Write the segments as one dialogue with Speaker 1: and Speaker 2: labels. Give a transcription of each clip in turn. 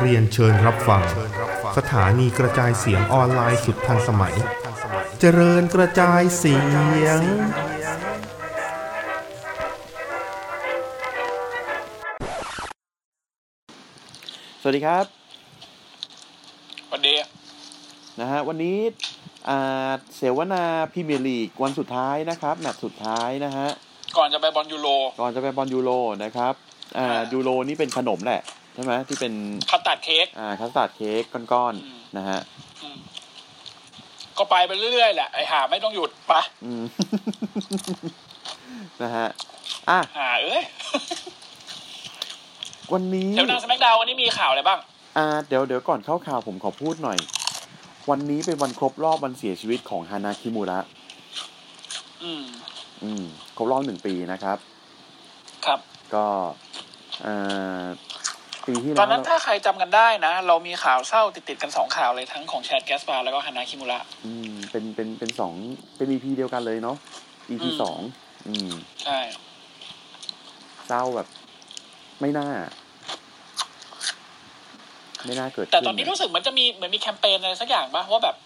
Speaker 1: เรียนเชิญรับฟัง สถานีกระจายเสียงออนไลน์สุดทันสมัย เจริญกระจายเสียง
Speaker 2: สวัสดีครับ
Speaker 3: วันดีอะ
Speaker 2: นะฮะวันนี้อ่าเสวนาพรีเมียร์ลีกวันสุดท้ายนะครับแมตช์สุดท้ายนะฮะ
Speaker 3: ก่อนจะไปบอลยูโร
Speaker 2: ก่อนจะไปบอลยูโรนะครับอ่า
Speaker 3: อ่า
Speaker 2: ยูโรนี่เป็นขนมแหละใช่ไหมที่เป็น
Speaker 3: คัตตัดเค้ก
Speaker 2: อ่าคัสตาร์ดเค้กก้อน
Speaker 3: อืม
Speaker 2: ๆนะฮะ
Speaker 3: อืมก็ไปไปเรื่อยๆแหละ ไอหาไม่ต้องหยุดปะ
Speaker 2: อืม นะฮะอ่ะ
Speaker 3: หาเอ้ย
Speaker 2: วันนี้
Speaker 3: เดี๋ยวหนางสแมกดาววันนี้มีข่าวอะไรบ้าง
Speaker 2: อ่าเดี๋ยวเดี๋ยวก่อนเข้าข่าวผมขอพูดหน่อย วันนี้เป็นวันครบรอบวันเสียชีวิตของฮานาคิมูระ
Speaker 3: อืม
Speaker 2: อืมครบรอบหนึ่งปีนะครับ
Speaker 3: ครับ
Speaker 2: ก็อ่าปีที่
Speaker 3: ต
Speaker 2: แล้ว
Speaker 3: อนนั้นถ้าใครจำกันได้นะ เรามีข่าวเศร้าติดๆกันสองข่าวเลยทั้งของแชดแกสปาแล้วก็ฮานาคิมุระ
Speaker 2: อืมเป็นเป็นเป็นสองเป็น EP เดียวกันเลยเนาะ EP
Speaker 3: อืม
Speaker 2: สองอืม
Speaker 3: ใช่
Speaker 2: เศร้าแบบ ไม่น่า ไม่น่าเกิด
Speaker 3: แต่
Speaker 2: ขึ้
Speaker 3: ตอนนี้
Speaker 2: ะ
Speaker 3: รู้สึกเหมันจะมีเหมือนมีแคมเปญอะไรสักอย่างปะว่าแบบ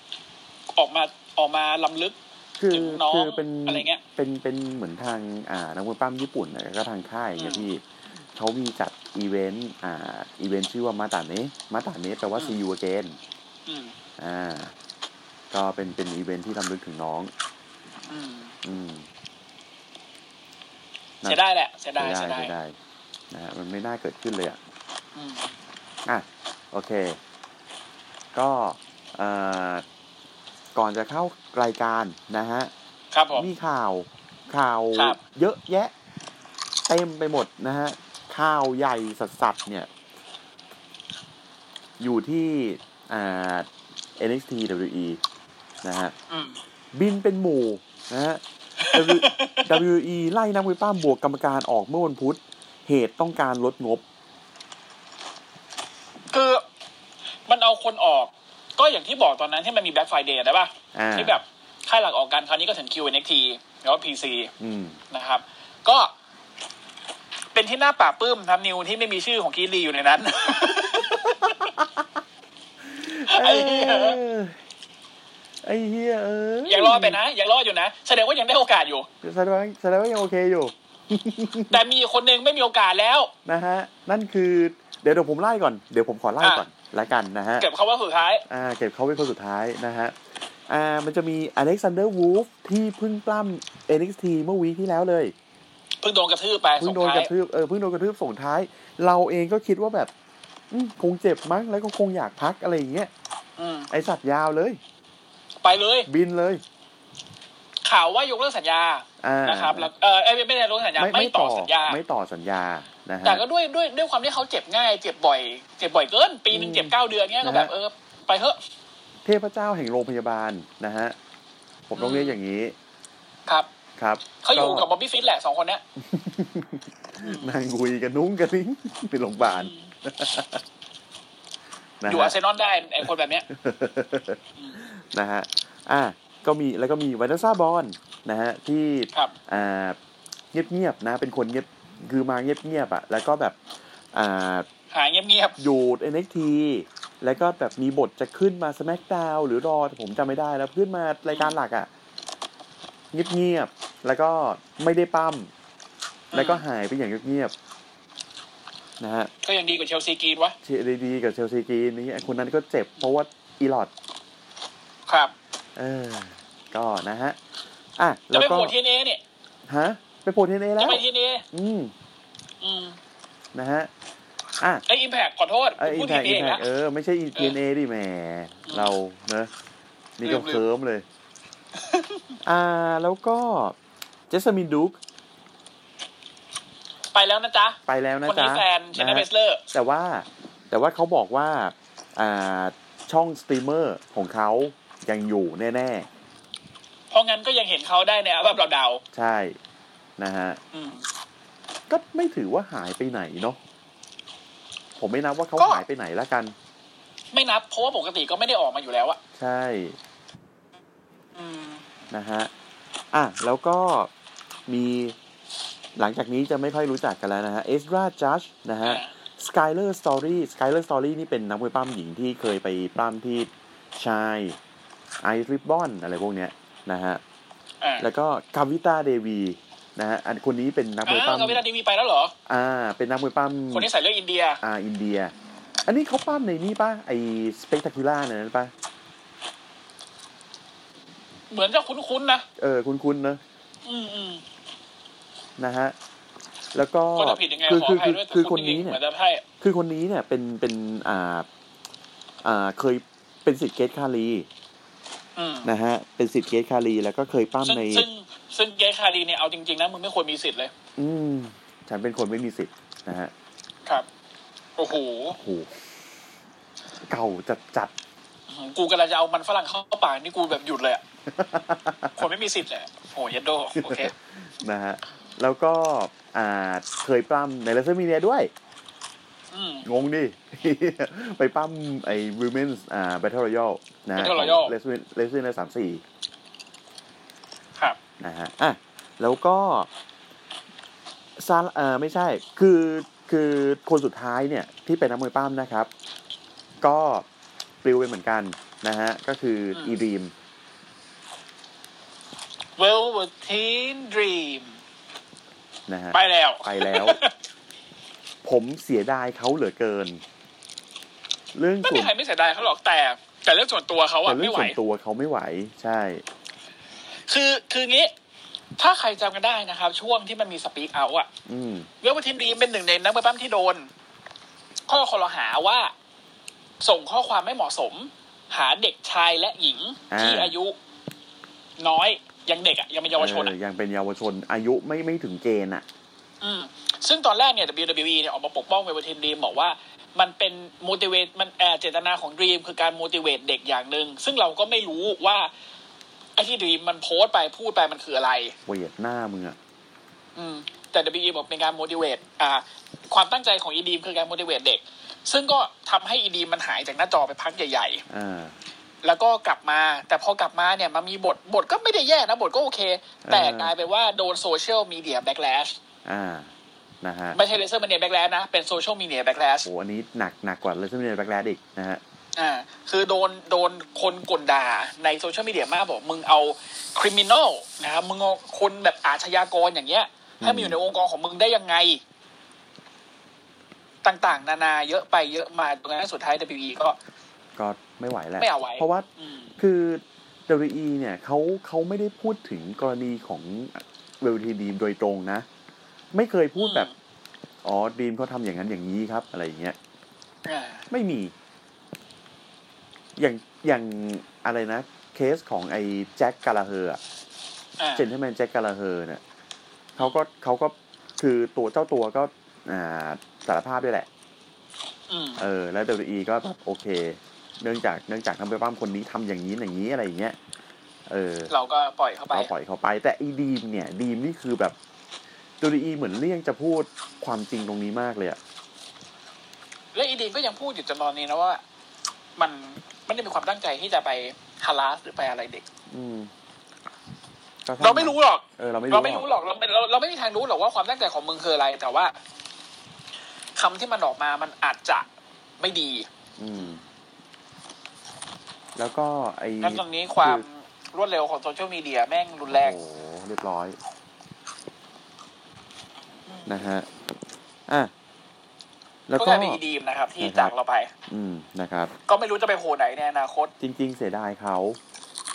Speaker 3: ออกมาออกมาลํำลึก
Speaker 2: คือ
Speaker 3: ถึงน้อง
Speaker 2: คือเป็น
Speaker 3: อะไรเงี้ย
Speaker 2: เป็นเป็นเหมือนทาง อ่านักมวยปั้มญี่ปุ่นนะแล้วก็ทางค่ายเนี่ยพี่เขามีจัดอีเวนต์อ่า อีเวนต์ชื่อว่ามาตาเนะมาตาเนะแปลว่า see you again
Speaker 3: อืม
Speaker 2: อ่า ก็เป็นเป็นอีเวนต์ที่รำลึกถึงน้อง
Speaker 3: อืม
Speaker 2: อืม
Speaker 3: เสียได้แหละเสียได้เสียได้
Speaker 2: เสียดายนะฮะมันไม่น่าเกิดขึ้นเลยอ่ะ
Speaker 3: อืม
Speaker 2: อ่ะโอเค ก็เอ่อก่อนจะเข้ารายการนะฮะ
Speaker 3: ครับผม
Speaker 2: มีข่าวข่าว
Speaker 3: ครับ
Speaker 2: เยอะแยะ เต็มไปหมดนะฮะข่าวใหญ่สัสๆเนี่ย อยู่ที่อ่า NXT WE นะฮะ
Speaker 3: อืม
Speaker 2: บินเป็นหมู่นะฮะ WE ไล่นักมวยป้ามบวกกรรมการออกเมื่อวันพุธ เหตุต้องการลดงบ
Speaker 3: คือมันเอาคนออก ก็อย่างที่บอกตอนนั้นที่มันมีแบ็ k ไฟเดย์ได้ป่ะ
Speaker 2: อ่า
Speaker 3: ที่แบบค่ายหลักออกกันคราวนี้ก็ถึง Q&XT แล้วก็ PC
Speaker 2: อืม
Speaker 3: นะครับ ก็เป็นที่น่าปลาบปลื้มทำนิวที่ไม่มีชื่อของกีรีอยู่ใน นั้น ไอ้เหี้ย
Speaker 2: ไอ้เหี้ยเอ้ย
Speaker 3: ยังรอดไปนะยังรอดอยู่นะ แสดงว่ายังได้โอกาสอยู่
Speaker 2: แสดงว่าแสดงว่ายังโอเคอยู่
Speaker 3: แต่มีอีกคนนึงไม่มีโอกาสแล้ว
Speaker 2: นะฮะ นั่นคือ เดี๋ยวเดี๋ยวผมไล่ก่อน เดี๋ยวผมขอไล่
Speaker 3: อ่ะ
Speaker 2: ก่อนละกันนะฮะ
Speaker 3: เก็บเขาว่าสุดท้าย
Speaker 2: อ่า เก็บเขาเป็นคนสุดท้ายนะฮะ อ่า มันจะมีอเล็กซานเดอร์วูฟที่เพิ่งปล้ำ NXT เมื่อวีคที่แล้วเลย
Speaker 3: เพิ่งโดนกระทืบไป
Speaker 2: เพิ่
Speaker 3: สุ
Speaker 2: ง
Speaker 3: ด
Speaker 2: โดน
Speaker 3: ท้าย
Speaker 2: กระทืบ เออ เพิ่งโดนกระทืบส่งท้าย เราเองก็คิดว่าแบบอืมคงเจ็บมั้ง แล้วก็คงอยากพักอะไรอย่างเงี้ย
Speaker 3: อืม
Speaker 2: ไอสัตว์ยาวเลย
Speaker 3: ไปเลย
Speaker 2: บินเลย
Speaker 3: ข่าวว่ายกเลิกสัญญา
Speaker 2: อ่า
Speaker 3: นะครับแล้วเออเอ้ยไม่ไม่ได้ยกเลิกสัญญา
Speaker 2: ไม่
Speaker 3: ไม่
Speaker 2: ไม่
Speaker 3: ต่
Speaker 2: ต่
Speaker 3: อ
Speaker 2: อ
Speaker 3: สัญญา
Speaker 2: ไม่ต่อสัญญานะฮะ
Speaker 3: แต่ก็ด้วยด้วยด้วยความที่เขาเจ็บง่าย เจ็บบ่อย เจ็บบ่อยเกิน ปีหนึ่ง
Speaker 2: อืม
Speaker 3: เจ็บเก้าเดือนเงี้ยก็แบบ
Speaker 2: นะฮะ
Speaker 3: เออไปเถอะ
Speaker 2: เทพเจ้าแห่งโรงพยาบาลนะฮะ ผมต้อง
Speaker 3: อืม
Speaker 2: เรียกอย่างนี้
Speaker 3: ครับ
Speaker 2: ครับ
Speaker 3: เขาอยู่กับบ๊อบบี้ฟิตแหละสองคนเนี้ย
Speaker 2: นั่งคุยกันนุ้งกันนิ้ง ไปโรงพยาบาลนะ
Speaker 3: อยู่
Speaker 2: ฮะ
Speaker 3: อาร์เซนอลได้ไอคนแบบเนี้ย
Speaker 2: นะฮะอ่ะก็มีแล้วก็มีวานาซ่าบอลนะฮะที่
Speaker 3: ครับ
Speaker 2: อ่าเงียบๆนะเป็นคนเงียบคือมาเงียบๆอ่ะ แล้วก็แบบอ่า
Speaker 3: หายเงียบ
Speaker 2: อยู่ NXT แล้วก็แบบมีบทจะขึ้นมา SmackDown หรือรอแต่ผมจำไม่ได้แล้วขึ้นมารายการหลักอ่ะเงียบๆแล้วก็ไม่ได้ปั้ม
Speaker 3: ๆ
Speaker 2: แล้วก็
Speaker 3: อืม
Speaker 2: หายไปอย่างเงียบๆนะฮะ
Speaker 3: ก็ยังดีกว่าเชลซีกรีนวะ
Speaker 2: เชลซีดีกับเชลซีกรีนนี้คนนั้นก็เจ็บเพราะว่าอีลอด
Speaker 3: ครับ
Speaker 2: เออ ก็นะฮะ อ่ะ
Speaker 3: จะ
Speaker 2: แล้ว
Speaker 3: ไป
Speaker 2: ก็
Speaker 3: โหวตทีเอเนี่ย
Speaker 2: ฮะ ไปโผล่ทีเอแล้
Speaker 3: จะ
Speaker 2: ว
Speaker 3: ไปทีเอ
Speaker 2: อืม
Speaker 3: อืม
Speaker 2: นะฮะ อ่ะ
Speaker 3: ไออิมแพกขอโทษ
Speaker 2: เออ
Speaker 3: ผม
Speaker 2: อิ
Speaker 3: พู
Speaker 2: น
Speaker 3: ด
Speaker 2: แท
Speaker 3: ที
Speaker 2: ก
Speaker 3: เอ
Speaker 2: อินแทก
Speaker 3: แล้ว
Speaker 2: เออ ไม่ใช่อิน
Speaker 3: เอ
Speaker 2: ที
Speaker 3: อ
Speaker 2: เอดิแหม
Speaker 3: ม
Speaker 2: เราเนอะนี่ก็
Speaker 3: ลืม
Speaker 2: เคิร์มเลย อ่า แล้วก็เจสมินดูก
Speaker 3: ไปแล้วนะจ๊ะ
Speaker 2: ไปแล้วนะ
Speaker 3: คน
Speaker 2: จ๊ะ
Speaker 3: นี้แฟนชนะ
Speaker 2: นะ
Speaker 3: เบ
Speaker 2: ฮะ
Speaker 3: สเลอร์
Speaker 2: แต่ว่าแต่ว่าเขาบอกว่าอ่าช่องสตรีมเมอร์ของเขายังอยู่แน่
Speaker 3: เพราะงั้นก็ยังเห็นเขาได้ในอัลบั้มเราดาว
Speaker 2: ๆ ใช่นะฮะ
Speaker 3: อืม
Speaker 2: ก็ไม่ถือว่าหายไปไหนเนาะผมไม่นับว่าเขา
Speaker 3: ก็
Speaker 2: หายไปไหนละกัน
Speaker 3: ไม่นับ เพราะว่าปกติก็ไม่ได้ออกมาอยู่แล้วอะ
Speaker 2: ใช่
Speaker 3: อืม
Speaker 2: นะฮะอ่ะแล้วก็มี หลังจากนี้จะไม่ค่อยรู้จักกันแล้วนะฮะเอสราจัชนะฮะสกายเลอร์สตอรี่สกายเลอร์สตอรี่นี่เป็นนักมวยปล้ำหญิงที่เคยไปปล้ำที่ชายไอซ์ริบบอนอะไรพวกเนี้ยนะฮะ
Speaker 3: อ่า
Speaker 2: แล้วก็กาวิต้าเดวีนะฮะอันคนนี้เป็นนักมวย
Speaker 3: อ้าว
Speaker 2: ปั้ม
Speaker 3: กาวิดาทีวีไปแล้วเหรอ
Speaker 2: อ่า เป็นนักมวยปั้ม
Speaker 3: คนที่ใส่เลือดอินเดีย
Speaker 2: อ่าอินเดีย อันนี้เขาปั้มในนี่ป่ะ ไอสเปกตาคิล่าเนี่ยนะป่ะ
Speaker 3: เหมือนจะคุ้นๆนะ
Speaker 2: เออ คุ้นๆเนอะ
Speaker 3: อืมอืม
Speaker 2: นะฮะ แล้วก็
Speaker 3: ก็จะผิดยังไง
Speaker 2: คือ
Speaker 3: ขอ
Speaker 2: คือ
Speaker 3: อภั
Speaker 2: คือ
Speaker 3: ยด้วยแต่
Speaker 2: คือค
Speaker 3: ณ
Speaker 2: น
Speaker 3: จริ
Speaker 2: นี้
Speaker 3: งๆ
Speaker 2: เนี่
Speaker 3: เหมื
Speaker 2: ย
Speaker 3: อนจะใช่
Speaker 2: คือคนนี้เนี่ยเป็นเป็นอ่าอ่าเคยเป็นสิทธิ์เกตคาลี
Speaker 3: อืม
Speaker 2: นะฮะ เป็นสิทธิ์เกตคาลีแล้วก็เคยปั้ม
Speaker 3: ซึ่ง
Speaker 2: ใน
Speaker 3: ซึ่งซึ่งเกย์คาดีเนี่ยเอาจริงๆนะมึงไม่ควรมีสิทธิ์เลย
Speaker 2: อืม ฉันเป็นคนไม่มีสิทธิ์นะฮะ
Speaker 3: ครับ โอ้โห
Speaker 2: โอ้โหเก่าจัดจัด
Speaker 3: กูกำลังจะเอามันฝรั่งเข้าปากนี่กูแบบหยุดเลยอะคนไม่มีสิทธิ์เลยอะโอ้ยดโดโอ เค
Speaker 2: ๆนะฮะ แล้วก็อ่าเคยปั้มในเลเซอร์มีเนียด้วย
Speaker 3: อืม
Speaker 2: งงดิ ไปปั้มไอ้วิมเมนส์อ่าแบทเทิลรอยัลนะฮะ
Speaker 3: Battle Royale
Speaker 2: เลเซอร์เลเซอร์ในสามสี่
Speaker 3: ครับ
Speaker 2: นะฮะ อ่ะ แล้วก็ซาเออไม่ใช่ คือ คือคนสุดท้ายเนี่ย ที่เป็นนักมวยปั้มนะครับ ก็ปลิวไปเหมือนกันนะฮะ ก็คือ
Speaker 3: ม
Speaker 2: อีดีม
Speaker 3: w e l w o r Teen Dream
Speaker 2: นะฮะ
Speaker 3: ไปแล้ว
Speaker 2: ไปแล้ว ผมเสียดายเขาเหลือเกิน เรื่อง
Speaker 3: ไม่
Speaker 2: ส่
Speaker 3: มี
Speaker 2: วน
Speaker 3: ใครไม่เสียดายเขาหรอกแต่ แต่เรื่องส่วนตัวเขา
Speaker 2: แต่
Speaker 3: อะ
Speaker 2: เรื่
Speaker 3: ไม่
Speaker 2: อง
Speaker 3: ไหว
Speaker 2: ส่วนตัวเขาไม่ไหว ใช่
Speaker 3: คือคืองี้ ถ้าใครจำกันได้นะครับ ช่วงที่มันมีสปีกเอาอะ
Speaker 2: อืม
Speaker 3: เวลวัทินดีเป็นหนึ่งในนักมวยปั้มที่โดน ข้อคอรหาว่า ส่งข้อความไม่เหมาะสม หาเด็กชายและหญิงที่
Speaker 2: อ่า
Speaker 3: อายุ น้อยยังเด็กอะยังเป็นเยาวชน
Speaker 2: เอ
Speaker 3: อะ
Speaker 2: อยังเป็นเยาวชน อายุไม่ไม่ถึงเกณฑ์อ่ะ
Speaker 3: มซึ่งตอนแรกเนี่ย WWE เนี่ยออกมาปกป้องเวลวัทินดีบอกว่า มันเป็น motivate มันแอบเจตนาของดีมคือการ motivate เด็กอย่างหนึ่งซึ่งเราก็ไม่รู้ว่าไอ้ที่ดีมมันโพสต์ไปพูดไปมันคืออะไร
Speaker 2: เวียดหน้ามึงอ่ะ
Speaker 3: อืมแต่ WE บอกเป็นการ motivate อ่า ความตั้งใจของ ED คือการ motivate เด็ก ซึ่งก็ทำให้ ED มันหายจากหน้าจอไปพักใหญ่
Speaker 2: อ่า
Speaker 3: ๆ แล้วก็กลับมา แต่พอกลับมาเนี่ยมันมีบท บทก็ไม่ได้แย่นะ บทก็โอเค แต่
Speaker 2: เออ
Speaker 3: กลายเป็นว่าโดนโซเชียลมีเดียแบ็กแลช
Speaker 2: อ่า นะฮะ
Speaker 3: ไม่ใช่เลเซอร์มันเนียแบ็กแลชนะ เป็นโซเชียลมีเดียแบ็กแลช
Speaker 2: โอ้โหอันนี้หนักหนักกว่าเลเซอร์เนียแบ็กแลดอีกนะฮะ
Speaker 3: อ่า คือโดน โดนคนกลด่าในโซเชียลมีเดียมากบอกมึงเอาคริมินอลนะครับมึงเอาคนแบบอาชญากรอย่างเงี้ย ให้มาอยู่ในองค์กรของมึงได้ยังไง ต่างๆ นานาเยอะไปเยอะมาตรงนั้นสุดท้าย WE ก็
Speaker 2: ก็ไม่ไหวแล้ว
Speaker 3: ไม่เอาไว้
Speaker 2: เพราะว่า
Speaker 3: อืม
Speaker 2: คือ WE เนี่ยเขาเขาไม่ได้พูดถึงกรณีของเวลทีดีมโดยตรงนะ ไม่เคยพูดแบบ
Speaker 3: อืม
Speaker 2: อ๋อดีมเขาทำอย่างนั้นอย่างนี้ครับ อะไรอย่างเงี้ย
Speaker 3: อ่า
Speaker 2: ไม่มี อย่างอย่างอะไรนะ เคสของไอ้แจ็คกาลาเฮอร์
Speaker 3: อ่า
Speaker 2: เจนเทลแมนแจ็คกาลาเฮอร์เนี่ยเขาก็เขาก็คือตัวเจ้าตัวก็ อ่าสารภาพด้วยแหละ
Speaker 3: อืม
Speaker 2: เออแล้ว WWE ก็แบบโอเค เนื่องจากเนื่องจากทำไปปั้มคนนี้ทำอย่างนี้อย่างนี้อะไรอย่างเงี้ย เออ
Speaker 3: เราก็ปล่อยเข้าไป
Speaker 2: เราปล่อยเขาไป แต่ไอีดีมเนี่ย ดีมนี่คือแบบ WWE เหมือนเลี่ยงจะพูดความจริงตรงนี้มากเลยอะ
Speaker 3: และอีดีก็ยังพูดอยู่จนตอนนี้นะว่า มันไม่ได้มีความตั้งใจที่จะไปฮาราสหรือไปอะไรเด็ก
Speaker 2: อืมก็ทำ
Speaker 3: เราไม่รู้หรอก
Speaker 2: เออเราไม่รู้
Speaker 3: เราไม่รู้หรอกเราไม่เราเราไม่มีทางรู้หรอกว่าความตั้งใจของมึงคืออะไร แต่ว่าคำที่มันออกมามันอาจจะไม่ดี
Speaker 2: อืม แล้วก็ไอ้
Speaker 3: นั้นตรงนี้ความรวดเร็วของโซเชียลมีเดียแม่งรุนแรง
Speaker 2: โอ้โหเรียบร้อย นะฮะ อ่ะ แล้ว
Speaker 3: ก็
Speaker 2: ก็
Speaker 3: กลายเป็นอีดีมนะครับ ที่
Speaker 2: นะครับ
Speaker 3: จากเราไป
Speaker 2: อืมนะครับ
Speaker 3: ก็ไม่รู้จะไปโผล่ไหนในอนาคต
Speaker 2: จริง ๆ เสียดายเขา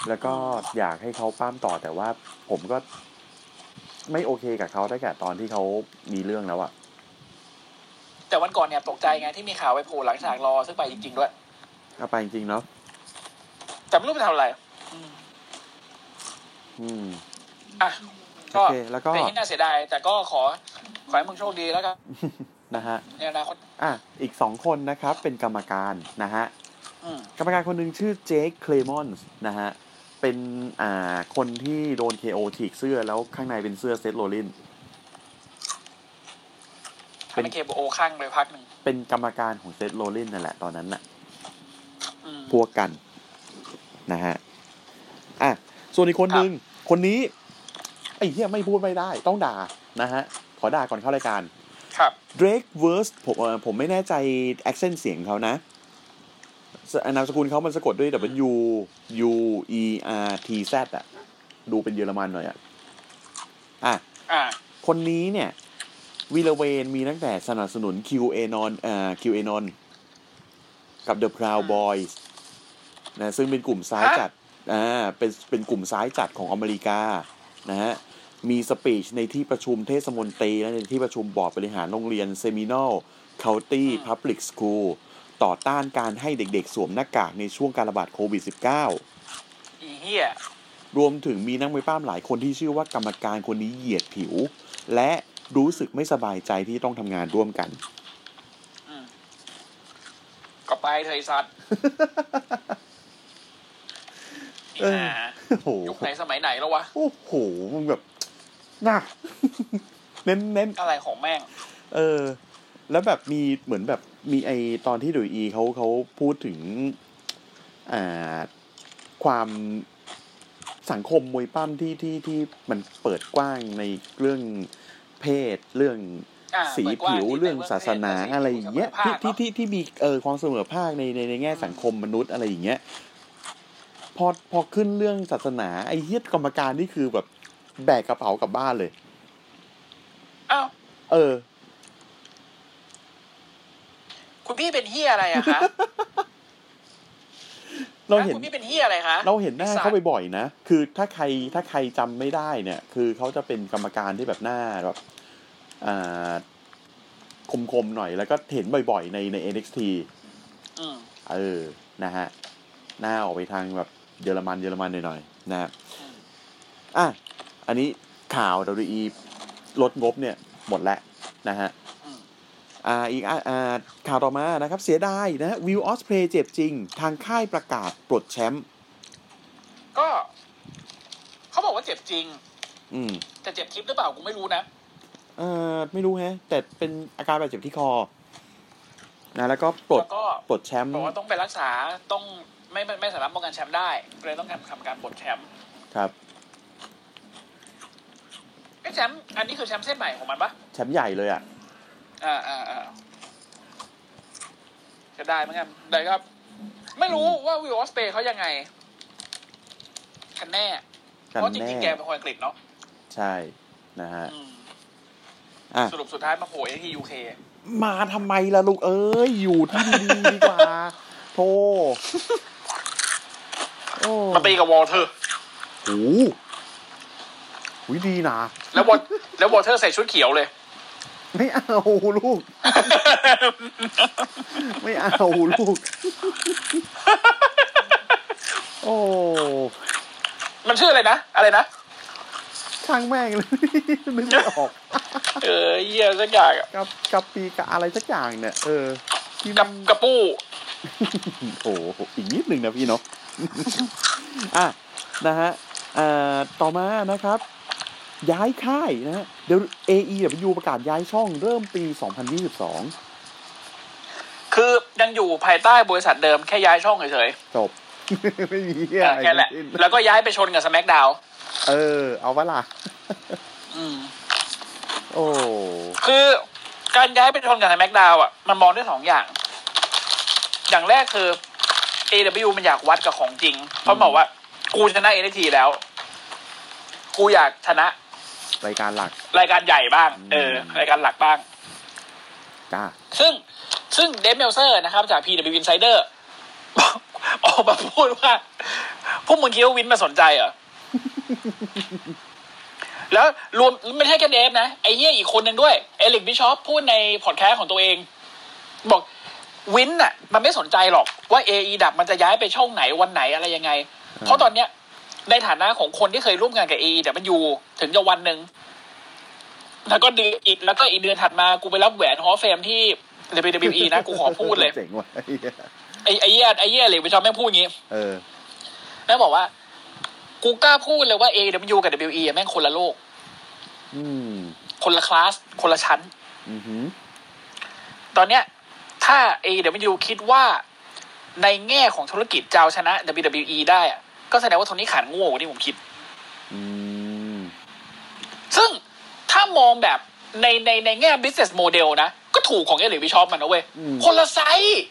Speaker 2: แล้วก็อยากให้เขาปั้มต่อแต่ว่าผมก็ไม่โอเคกับเขาตั้งแต่ตอนที่เขามีเรื่องแล้วอะ
Speaker 3: แต่วันก่อนเนี่ยตกใจไงที่มีข่าวไปโผล่หลังฉากรอซึ่งไปจริง ๆ ด้วย
Speaker 2: เอาไปจริงๆเนาะ
Speaker 3: แต่ไม่รู้ไปทำอะไร
Speaker 2: อืม
Speaker 3: อ่ะ
Speaker 2: โอ
Speaker 3: ก็
Speaker 2: เค แล้วก็
Speaker 3: เป็นที่น่าเสียดาย แต่ก็ขอขอให้มึงโชคดีแล้วกัน
Speaker 2: นะฮะ
Speaker 3: ในอนาคต
Speaker 2: อ่ะ อีกสองคนนะครับ เป็นกรรมการนะฮะ
Speaker 3: อืม
Speaker 2: กรรมการคนหนึ่งชื่อเจคเคลมอนส์นะฮะ เป็นอ่าคนที่โดน KO ฉีกเสื้อแล้วข้างในเป็นเสื้อเซตโรลลิน
Speaker 3: ทำให้เคโอข้างไปพักหนึ่ง
Speaker 2: เป็นกรรมการของเซตโรลลินนั่นแหละตอนนั้นน่ะ
Speaker 3: อืม
Speaker 2: พวกกันนะฮะ อ่ะ ส่วนอีกคนหนึ่งคนนี้ ไอ้เหี้ยไม่พูดไม่ได้ ต้องด่านะฮะ ขอด่าก่อนเข้ารายการ
Speaker 3: ครับ
Speaker 2: Drake Verse ผมเอ่อผมไม่แน่ใจ accent เสียงเขานะสนามสกุลเขามันสะกดด้วย W U E R T Z อะดูเป็นเยอรมันหน่อยอะอ่ะ
Speaker 3: อ่า
Speaker 2: คนนี้เนี่ยวีระเวนมีตั้งแต่สนับสนุน QAnon เอ่อ QAnon กับ The Proud Boys นะซึ่งเป็นกลุ่มซ้าย
Speaker 3: ฮะ
Speaker 2: จัดอ่าเป็นเป็นกลุ่มซ้ายจัดของอเมริกานะฮะมีสปีชในที่ประชุมเทศมนตรีและในที่ประชุมบอร์ดบริหารโรงเรียนเซมินอล County Public School ต่อต้านการให้เด็กๆสวมหน้ากากในช่วงการระบาดโควิด -19
Speaker 3: อีเหี้ย
Speaker 2: รวมถึงมีนักมวยปล้ามหลายคนที่ชื่อว่ากรรมการคนนี้เหยียดผิว และรู้สึกไม่สบายใจที่ต้องทำงานร่วมกัน
Speaker 3: ก็ไปเถอะไอ้สัตว์
Speaker 2: เออ
Speaker 3: นี่นะ
Speaker 2: โอ้โห
Speaker 3: ยุคไหนสมัยไหนแล้ววะ
Speaker 2: โอ้โหมึงแบบน่า เน้นเน้น
Speaker 3: อะไรของแม่ง
Speaker 2: เออ แล้วแบบมีเหมือนแบบมีไอตอนที่ดุยอีเขาเขาพูดถึง อ่า ความสังคมมวยปล้ามที่ที่ที่มันเปิดกว้างในเรื่องเพศเรื่อง
Speaker 3: อ่า
Speaker 2: สี
Speaker 3: เปิดกว้า
Speaker 2: ผิวเรื่องศาสนา
Speaker 3: เปิดกว้ง
Speaker 2: อะไรอย่างเงี้ย
Speaker 3: เปิดก
Speaker 2: ที่
Speaker 3: ว้าง
Speaker 2: ที่ที่ที่มีเออความเสมอภาคในในในแง่สังคมมนุษย์อะไรอย่างเงี้ยพอพอขึ้นเรื่องศาสนาไอ้เฮียกรรมการนี่คือแบบแบกกระเป๋ากลับบ้านเลย
Speaker 3: อ้าว
Speaker 2: เออ
Speaker 3: คุณพี่เป็นเฮียอะไรอะคะ
Speaker 2: เราเห็น
Speaker 3: คุณพี่เป็นเฮียอะไรคะ
Speaker 2: เราเห็นหน้า
Speaker 3: ไอ้สัตว์
Speaker 2: เขาบ่อยๆนะคือถ้าใครถ้าใครจำไม่ได้เนี่ย คือเขาจะเป็นกรรมการที่แบบหน้าแบบอ่าคมๆหน่อยแล้วก็เห็นบ่อยๆในใน NXT
Speaker 3: อืม
Speaker 2: เออ นะฮะ หน้าออกไปทางแบบเยอรมันเยอรมันหน่อยๆ นะฮะอ่ะ อันนี้ข่าว WE ลดงบเนี่ย หมดแล้วนะฮะ อ่า อีกอ่ะอ่า ข่าวต่อมานะครับ เสียดายนะวิวออสเพลเจ็บจริง ทางค่ายประกาศปลดแชมป์
Speaker 3: ก็ เขาบอกว่าเจ็บจริง
Speaker 2: อืม
Speaker 3: แต่เจ็บทิปหรือเปล่ากูไม่รู้นะ
Speaker 2: เอ่อ ไม่รู้แฮะ แต่เป็นอาการบาดเจ็บที่คอ นะ แล้วก็ปลด
Speaker 3: แล้วก็
Speaker 2: ปลดแชมป์
Speaker 3: บอกว่าต้องไปรักษาต้องไม่ไม่ไม่สามารถป้องกันแชมป์ได้เลยต้องทำทำการปลดแชมป์
Speaker 2: ครับ
Speaker 3: ไอ้แชมป์อันนี้คือแชมป์เส้นใหม่ของมันปะ
Speaker 2: แชมป์ใหญ่เลยอ่ะ
Speaker 3: อ่าอ่าอ่าจะได้เหมือนกันได้ครับ ไม่รู้ว่าวิวออสเปย์เขายังไง กันแน่
Speaker 2: กัน
Speaker 3: เพราะจ
Speaker 2: แน่
Speaker 3: ริงๆแกเป็นคนอังกฤษเนาะ
Speaker 2: ใช่ นะฮะ
Speaker 3: อืม
Speaker 2: อ่ะ
Speaker 3: สรุปสุดท้ายมาโผล่ที่ยูเค
Speaker 2: มาทำไมล่ะลูกเอ้ย อยู่ที่ดีๆดีกว่าโธ่โอ้
Speaker 3: มาตีกับวอลเทอร์
Speaker 2: โหวิดีนะ
Speaker 3: แล้ววอลแล้ววอลเทอร์ใส่ชุดเขียวเลย
Speaker 2: ไม่เอาลู ก ไม่เอาลูก โอ้
Speaker 3: มันชื่ออะไรนะ อะไรนะ
Speaker 2: ช่างแม่งเลย นึกไม่ออก
Speaker 3: เออเยี่ยสักอย่างอะ
Speaker 2: กับกับปีกับอะไรสักอย่างเนี่ย เออที่
Speaker 3: กั
Speaker 2: มั
Speaker 3: บ
Speaker 2: น
Speaker 3: กระปู้
Speaker 2: โอ้โหอีกนิดหนึ่งนะพี่เนาะ อ่ะ นะฮะเอ่อต่อมานะครับ ย้ายค่ายนะฮะเดี๋ยว AEW ประกาศย้ายช่องเริ่มปี 2022
Speaker 3: คือยังอยู่ภายใต้บริษัทเดิมแค่ย้ายช่องเฉย
Speaker 2: จบ ไม่มี
Speaker 3: ๆ
Speaker 2: เหี้ย
Speaker 3: เออ
Speaker 2: อะไร
Speaker 3: แค่แหละ
Speaker 2: ทั้งสิ้น
Speaker 3: แล้วก็ย้ายไปชนกับสแมกดาว
Speaker 2: เออ เอาวะ ล่ะ โอ้
Speaker 3: คือการย้ายไปชนกับสแมกดาวอ่ะ มันมองได้สองอย่าง อย่างแรกคือ AW มันอยากวัดกับของจริง เพราะบอกว่า กูชนะ NXT แล้ว กูอยากชนะ
Speaker 2: รายการหลัก
Speaker 3: รายการใหญ่บ้าง เออ รายการหลักบ้าง
Speaker 2: จ้า
Speaker 3: ซึ่งซึ่งเดฟเมลเซอร์นะครับ จาก PW Insider บอกออกมาพูดว่า พวกมึงคิดว่าวินมาสนใจเหรอ แล้วรวมไม่ใช่แค่เดฟนะ ไอ้เหี้ยอีกคนหนึ่งด้วย เอลิกบิชอปพูดในพอดแคสต์ของตัวเอง บอกวินน่ะ มันไม่สนใจหรอกว่า AE ดับมันจะย้ายไปช่องไหนวันไหนอะไรยังไง เพราะตอนเนี้ย ในฐานะของคนที่เคยร่วมงานกับ AE แต่มันอยู่ถึงจะวันหนึ่ง แล้วก็เดือนอีกแล้วก็อีกเดือนถัดมากูไปรับแหวนฮอลล์เฟรมที่ WWE นะ กูขอพูดเลย
Speaker 2: เจ๋งว่ะไอ้เหี้ย
Speaker 3: ไอ้ไอ้เหี้ยไอ้เหี้ยเหลยไปชอบแม่งพูดอย่างงี้
Speaker 2: เออ
Speaker 3: แม่งบอกว่า กูกล้าพูดเลยว่า AEW กับ WWE อะแม่งคนละโลก
Speaker 2: อืม
Speaker 3: คนละคลาส คนละชั้น
Speaker 2: อือหือ
Speaker 3: ตอนเนี้ย ถ้า AEW คิดว่าในแง่ของธุรกิจเจ้าชนะ WWE ได้อะก็แสดงว่าโทนี่ขันโง่กว่าที่ผมคิด
Speaker 2: อืม
Speaker 3: ซึ่งถ้ามองแบบ ในในในแง่ business model นะ ก็ถูกของเอลิวิชอปมันนะเว้ย
Speaker 2: อืม
Speaker 3: คนละไซส์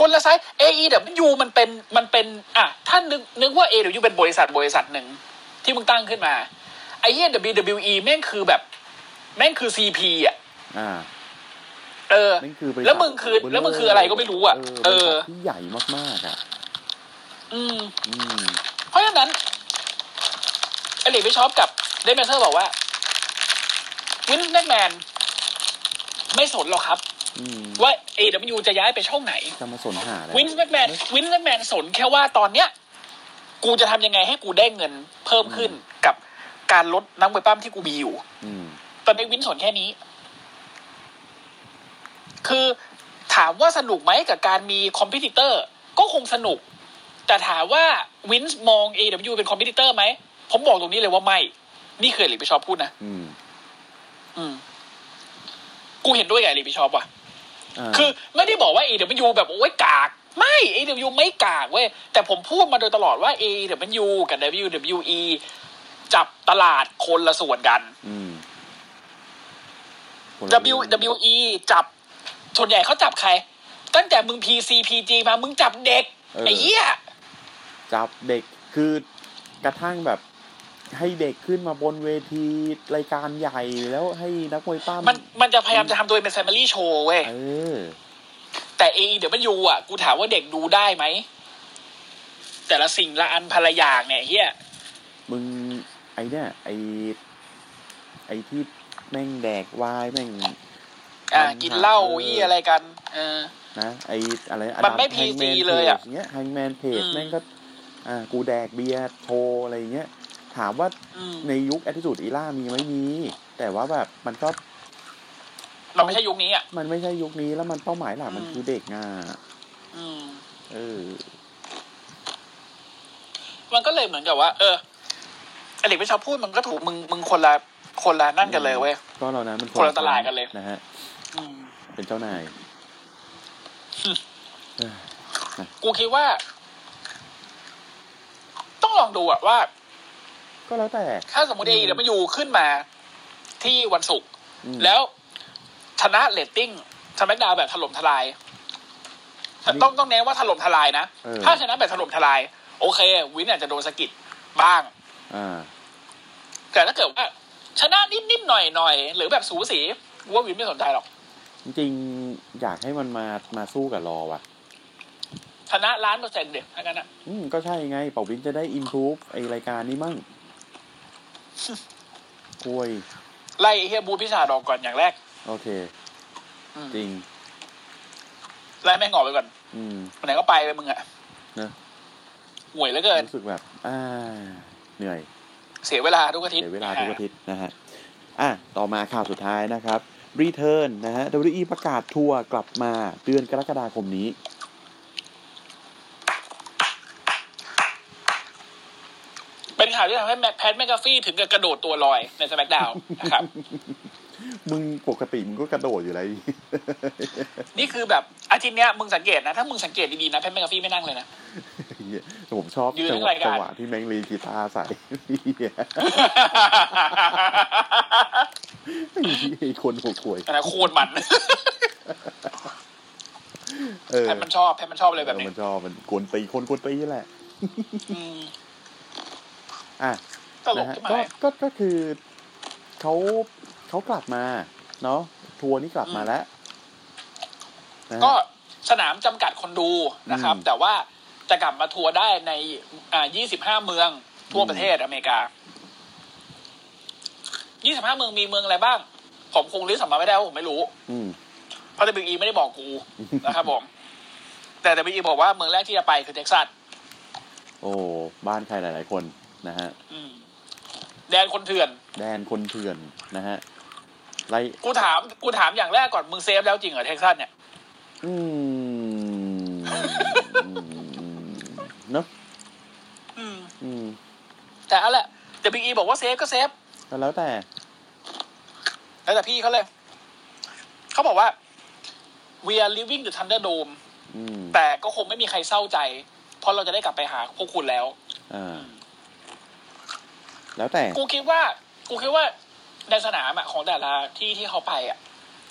Speaker 3: คนละไซส์ AEW มันเป็นมันเป็น อ่ะท่านนึกนึกว่า AEW เป็นบริษัทบริษัทหนึ่ง ที่มึงตั้งขึ้นมาไอ้เหี้ย WWE แม่งคือแบบ แม่งคือ CP อ่ะ
Speaker 2: อ่า
Speaker 3: เออ
Speaker 2: นั่นคือบริษัท
Speaker 3: แล้วมึงคือ
Speaker 2: เบร์
Speaker 3: แล้วมึงคืออะไรก็ไม่รู้อะ
Speaker 2: เออบ
Speaker 3: เออ
Speaker 2: ริษัทที่ใหญ่มากๆอ่ะ
Speaker 3: อืม
Speaker 2: อืม
Speaker 3: เพราะฉะนั้นเอลิวิชอปกับเดมเซอร์บอกว่าวินแมกแมนไม่สนหรอกครับ
Speaker 2: อืม
Speaker 3: ว่า AW จะย้ายไปช่องไหน
Speaker 2: จะมาสนหาอะไร
Speaker 3: วินแมกแมนวินแมกแมนสนแค่ว่าตอนเนี้ย กูจะทำยังไงให้กูได้เงินเพิ่มขึ้นกับการลดน้ำไปปั้มที่กูมีอยู่
Speaker 2: อืม
Speaker 3: ตอนนี้วินสนแค่นี้ คือถามว่าสนุกไหมกับการมีคอมพิวเตอร์ ก็คงสนุก แต่ถามว่าวินมอง AW เป็นคอมพิวเตอร์ไหม ผมบอกตรงนี้เลยว่าไม่ นี่คือหลิปชอปพูดนะ
Speaker 2: อืม
Speaker 3: อืม กูเห็นด้วยกับหลิปชอปว่ะ
Speaker 2: า
Speaker 3: คือไม่ได้บอกว่า AW แบบโอ้ยกาก ไม่ AW ไม่กากเว้ย แต่ผมพูดมาโดยตลอดว่า AW กับ WWE จับตลาดคนละส่วนกัน
Speaker 2: อืม
Speaker 3: W W E จับ ส่วนใหญ่เขาจับใคร ตั้งแต่มึง P C P G มามึงจับเด็ก
Speaker 2: เออ
Speaker 3: ไอ้เหี้ย
Speaker 2: จับเด็กคือกระทั่งแบบ ให้เด็กขึ้นมาบนเวทีรายการใหญ่แล้วให้นักมวยป้าม
Speaker 3: มันมันจะพยายามจะทำตัวเองเป็น Family Show เว้ย
Speaker 2: เออ
Speaker 3: แต่ A E W อ่ะ กูถามว่าเด็กดูได้ไหม แต่ละสิ่งละอันภรรยางเนี่ยเฮีย
Speaker 2: มึง ไอเนี่ยไอไอที่แม่งแดกวายแม่ง
Speaker 3: อ่ะ
Speaker 2: มัน
Speaker 3: กินเหล้า
Speaker 2: เออ
Speaker 3: อี้อะไรกัน เออ
Speaker 2: นะไออะไร
Speaker 3: มันไม่ PG เลยอะ
Speaker 2: เงี้ยแฮงแมนเพจ
Speaker 3: อืม
Speaker 2: แม่งก็ อ่า กูแดกเบียร์โชว์อะไรเงี้ย ถามว่า
Speaker 3: อืม
Speaker 2: ในยุคแอ t ิจูดอีล่ามีไหมมี แต่ว่าแบบมันก็
Speaker 3: มันไม่ใช่ยุคนี้อ่ะ
Speaker 2: มันไม่ใช่ยุคนี้แล้วมันเป้าหมายหลักมัน
Speaker 3: อืม
Speaker 2: คือเด็กอ่ะ
Speaker 3: อืม
Speaker 2: เออ
Speaker 3: มันก็เลยเหมือนกับว่า เออไอเด็กไม่ชอบพูดมันก็ถูกมึงมึงคนละคนละนั่นกันเลยเว้ย
Speaker 2: ก็เรานะมัน
Speaker 3: คนละตลาดกันเลย
Speaker 2: นะฮะ
Speaker 3: อืม
Speaker 2: เป็นเจ้านายเอ้ย
Speaker 3: กูคิดว่า ต้องลองดูอะว่า
Speaker 2: ก็แล้วแต่
Speaker 3: ถ้าสมมติ
Speaker 2: อื
Speaker 3: เอ
Speaker 2: ม
Speaker 3: เดยูขึ้นมาที่วันศุกร์
Speaker 2: อืม
Speaker 3: แล้วชนะเลตติ้งสมักดาวแบบถล่มทลาย
Speaker 2: อันนี้
Speaker 3: ต้องต้องเน้นว่าถล่มทลายนะ
Speaker 2: เออ
Speaker 3: ถ้าชนะแบบถล่มทลาย โอเค วินอาจจะโดนสะกิดบ้าง
Speaker 2: อ่า
Speaker 3: แต่ถ้าเกิดว่า ชนะนิดนิดๆหน่อยหน่อยๆหรือแบบสูสีกูว่าวินไม่สนใจหรอก
Speaker 2: จริงๆ อยากให้มันมา มาสู้กับรอว่ะ
Speaker 3: ชนะล้านเปอร์เซ็นต์เด็กงั้นอะ
Speaker 2: อืม ก็ใช่ไง เป่าวินจะได้ improve ไอรายการนี้มั่งคุย
Speaker 3: ไล่ไอ้เฮียบูพิชาดออกก่อนอย่างแรก
Speaker 2: โอเค
Speaker 3: อืม
Speaker 2: จริง
Speaker 3: ไล่แม่งออกไปก่อน
Speaker 2: อืม
Speaker 3: ไหนก็ไปไปมึงอะ
Speaker 2: นะ
Speaker 3: ห่วยเหลือเกิน
Speaker 2: รู้สึกแบบ อ่า เหนื่อย
Speaker 3: เสียเวลาทุกอาทิตย์
Speaker 2: เสียเวลาทุกอาทิตย์นะฮะ อ่ะ ต่อมาข่าวสุดท้ายนะครับ รีเทิร์นนะฮะ WWE ประกาศทัวร์กลับมาเดือนกรกฎาคมนี้
Speaker 3: เป็นข่าวที่ทำให้แม็กแพทแมกกาฟี่ถึงกับกระโดดตัวลอยในสแมกดาวนะครับ
Speaker 2: มึงปกติมึงก็กระโดดอยู่แล้ว
Speaker 3: นี่คือแบบอาทิตย์เนี้ยมึงสังเกตนะ ถ้ามึงสังเกตดีๆนะแพทแมกกาฟี่ไม่นั่งเลยนะ
Speaker 2: เหี้ย แต่ผมชอบ
Speaker 3: ยืน
Speaker 2: จังหวะ
Speaker 3: ทั้งรายการ
Speaker 2: จังหวะที่แมงลีกีตาร์ใส่ เหี้ยไอ้คนหัวขวย
Speaker 3: อันนั้นโคตรมัน
Speaker 2: เออ
Speaker 3: แพทมันชอบแพทมันชอบเลยแบบ
Speaker 2: เออ
Speaker 3: นี้
Speaker 2: มันชอบมันกวนตีคนกวนตีนี่แหละ
Speaker 3: อืม
Speaker 2: อ่ะ
Speaker 3: ตล
Speaker 2: นะ
Speaker 3: ก
Speaker 2: ฮะ
Speaker 3: ขึ้นมา
Speaker 2: ก็ก็ก็คือเขาเขากลับมา เนาะทัวร์นี่กลับมาแล้วนะฮะ
Speaker 3: ก็สนามจำกัดคนดูนะครับ
Speaker 2: อืม
Speaker 3: แต่ว่าจะกลับมาทัวร์ได้ในอ่า25 เมืองทั่วประเทศอเมริกา 25 เมืองมีเมืองอะไรบ้าง ผมคงลิสต์ออกมาไม่ได้เพราะผมไม่รู้
Speaker 2: อืม
Speaker 3: เพราะแต่บิ๊กอีไม่ได้บอกกู นะครับผม แต่แต่บิ๊กอีบอกว่าเมืองแรกที่จะไปคือเท็กซัส
Speaker 2: โอ้บ้านใครหลาย ๆ คนนะฮะ
Speaker 3: อืมแดนคนเถื่อน
Speaker 2: แดนคนเถื่อนนะฮะไร
Speaker 3: กูถามกูถามอย่างแรกก่อน มึงเซฟแล้วจริงเหรอเท็กซัสเนี่ย
Speaker 2: อืมอืมอืมเนาะ
Speaker 3: อืม
Speaker 2: อืม
Speaker 3: แต่เอาแหละแต่บิ๊กอีบอกว่าเซฟก็เซฟ
Speaker 2: ก็แล้วแต่
Speaker 3: แล้วแต่พี่เขาเลย เขาบอกว่า we are living the Thunderdome
Speaker 2: อืม
Speaker 3: แต่ก็คงไม่มีใครเศร้าใจ เพราะเราจะได้กลับไปหาพวกคุณแล้ว
Speaker 2: อ่า แล้วแต่
Speaker 3: กูคิดว่า กูคิดว่า ในสนามอะของแต่ละที่ที่เขาไปอะ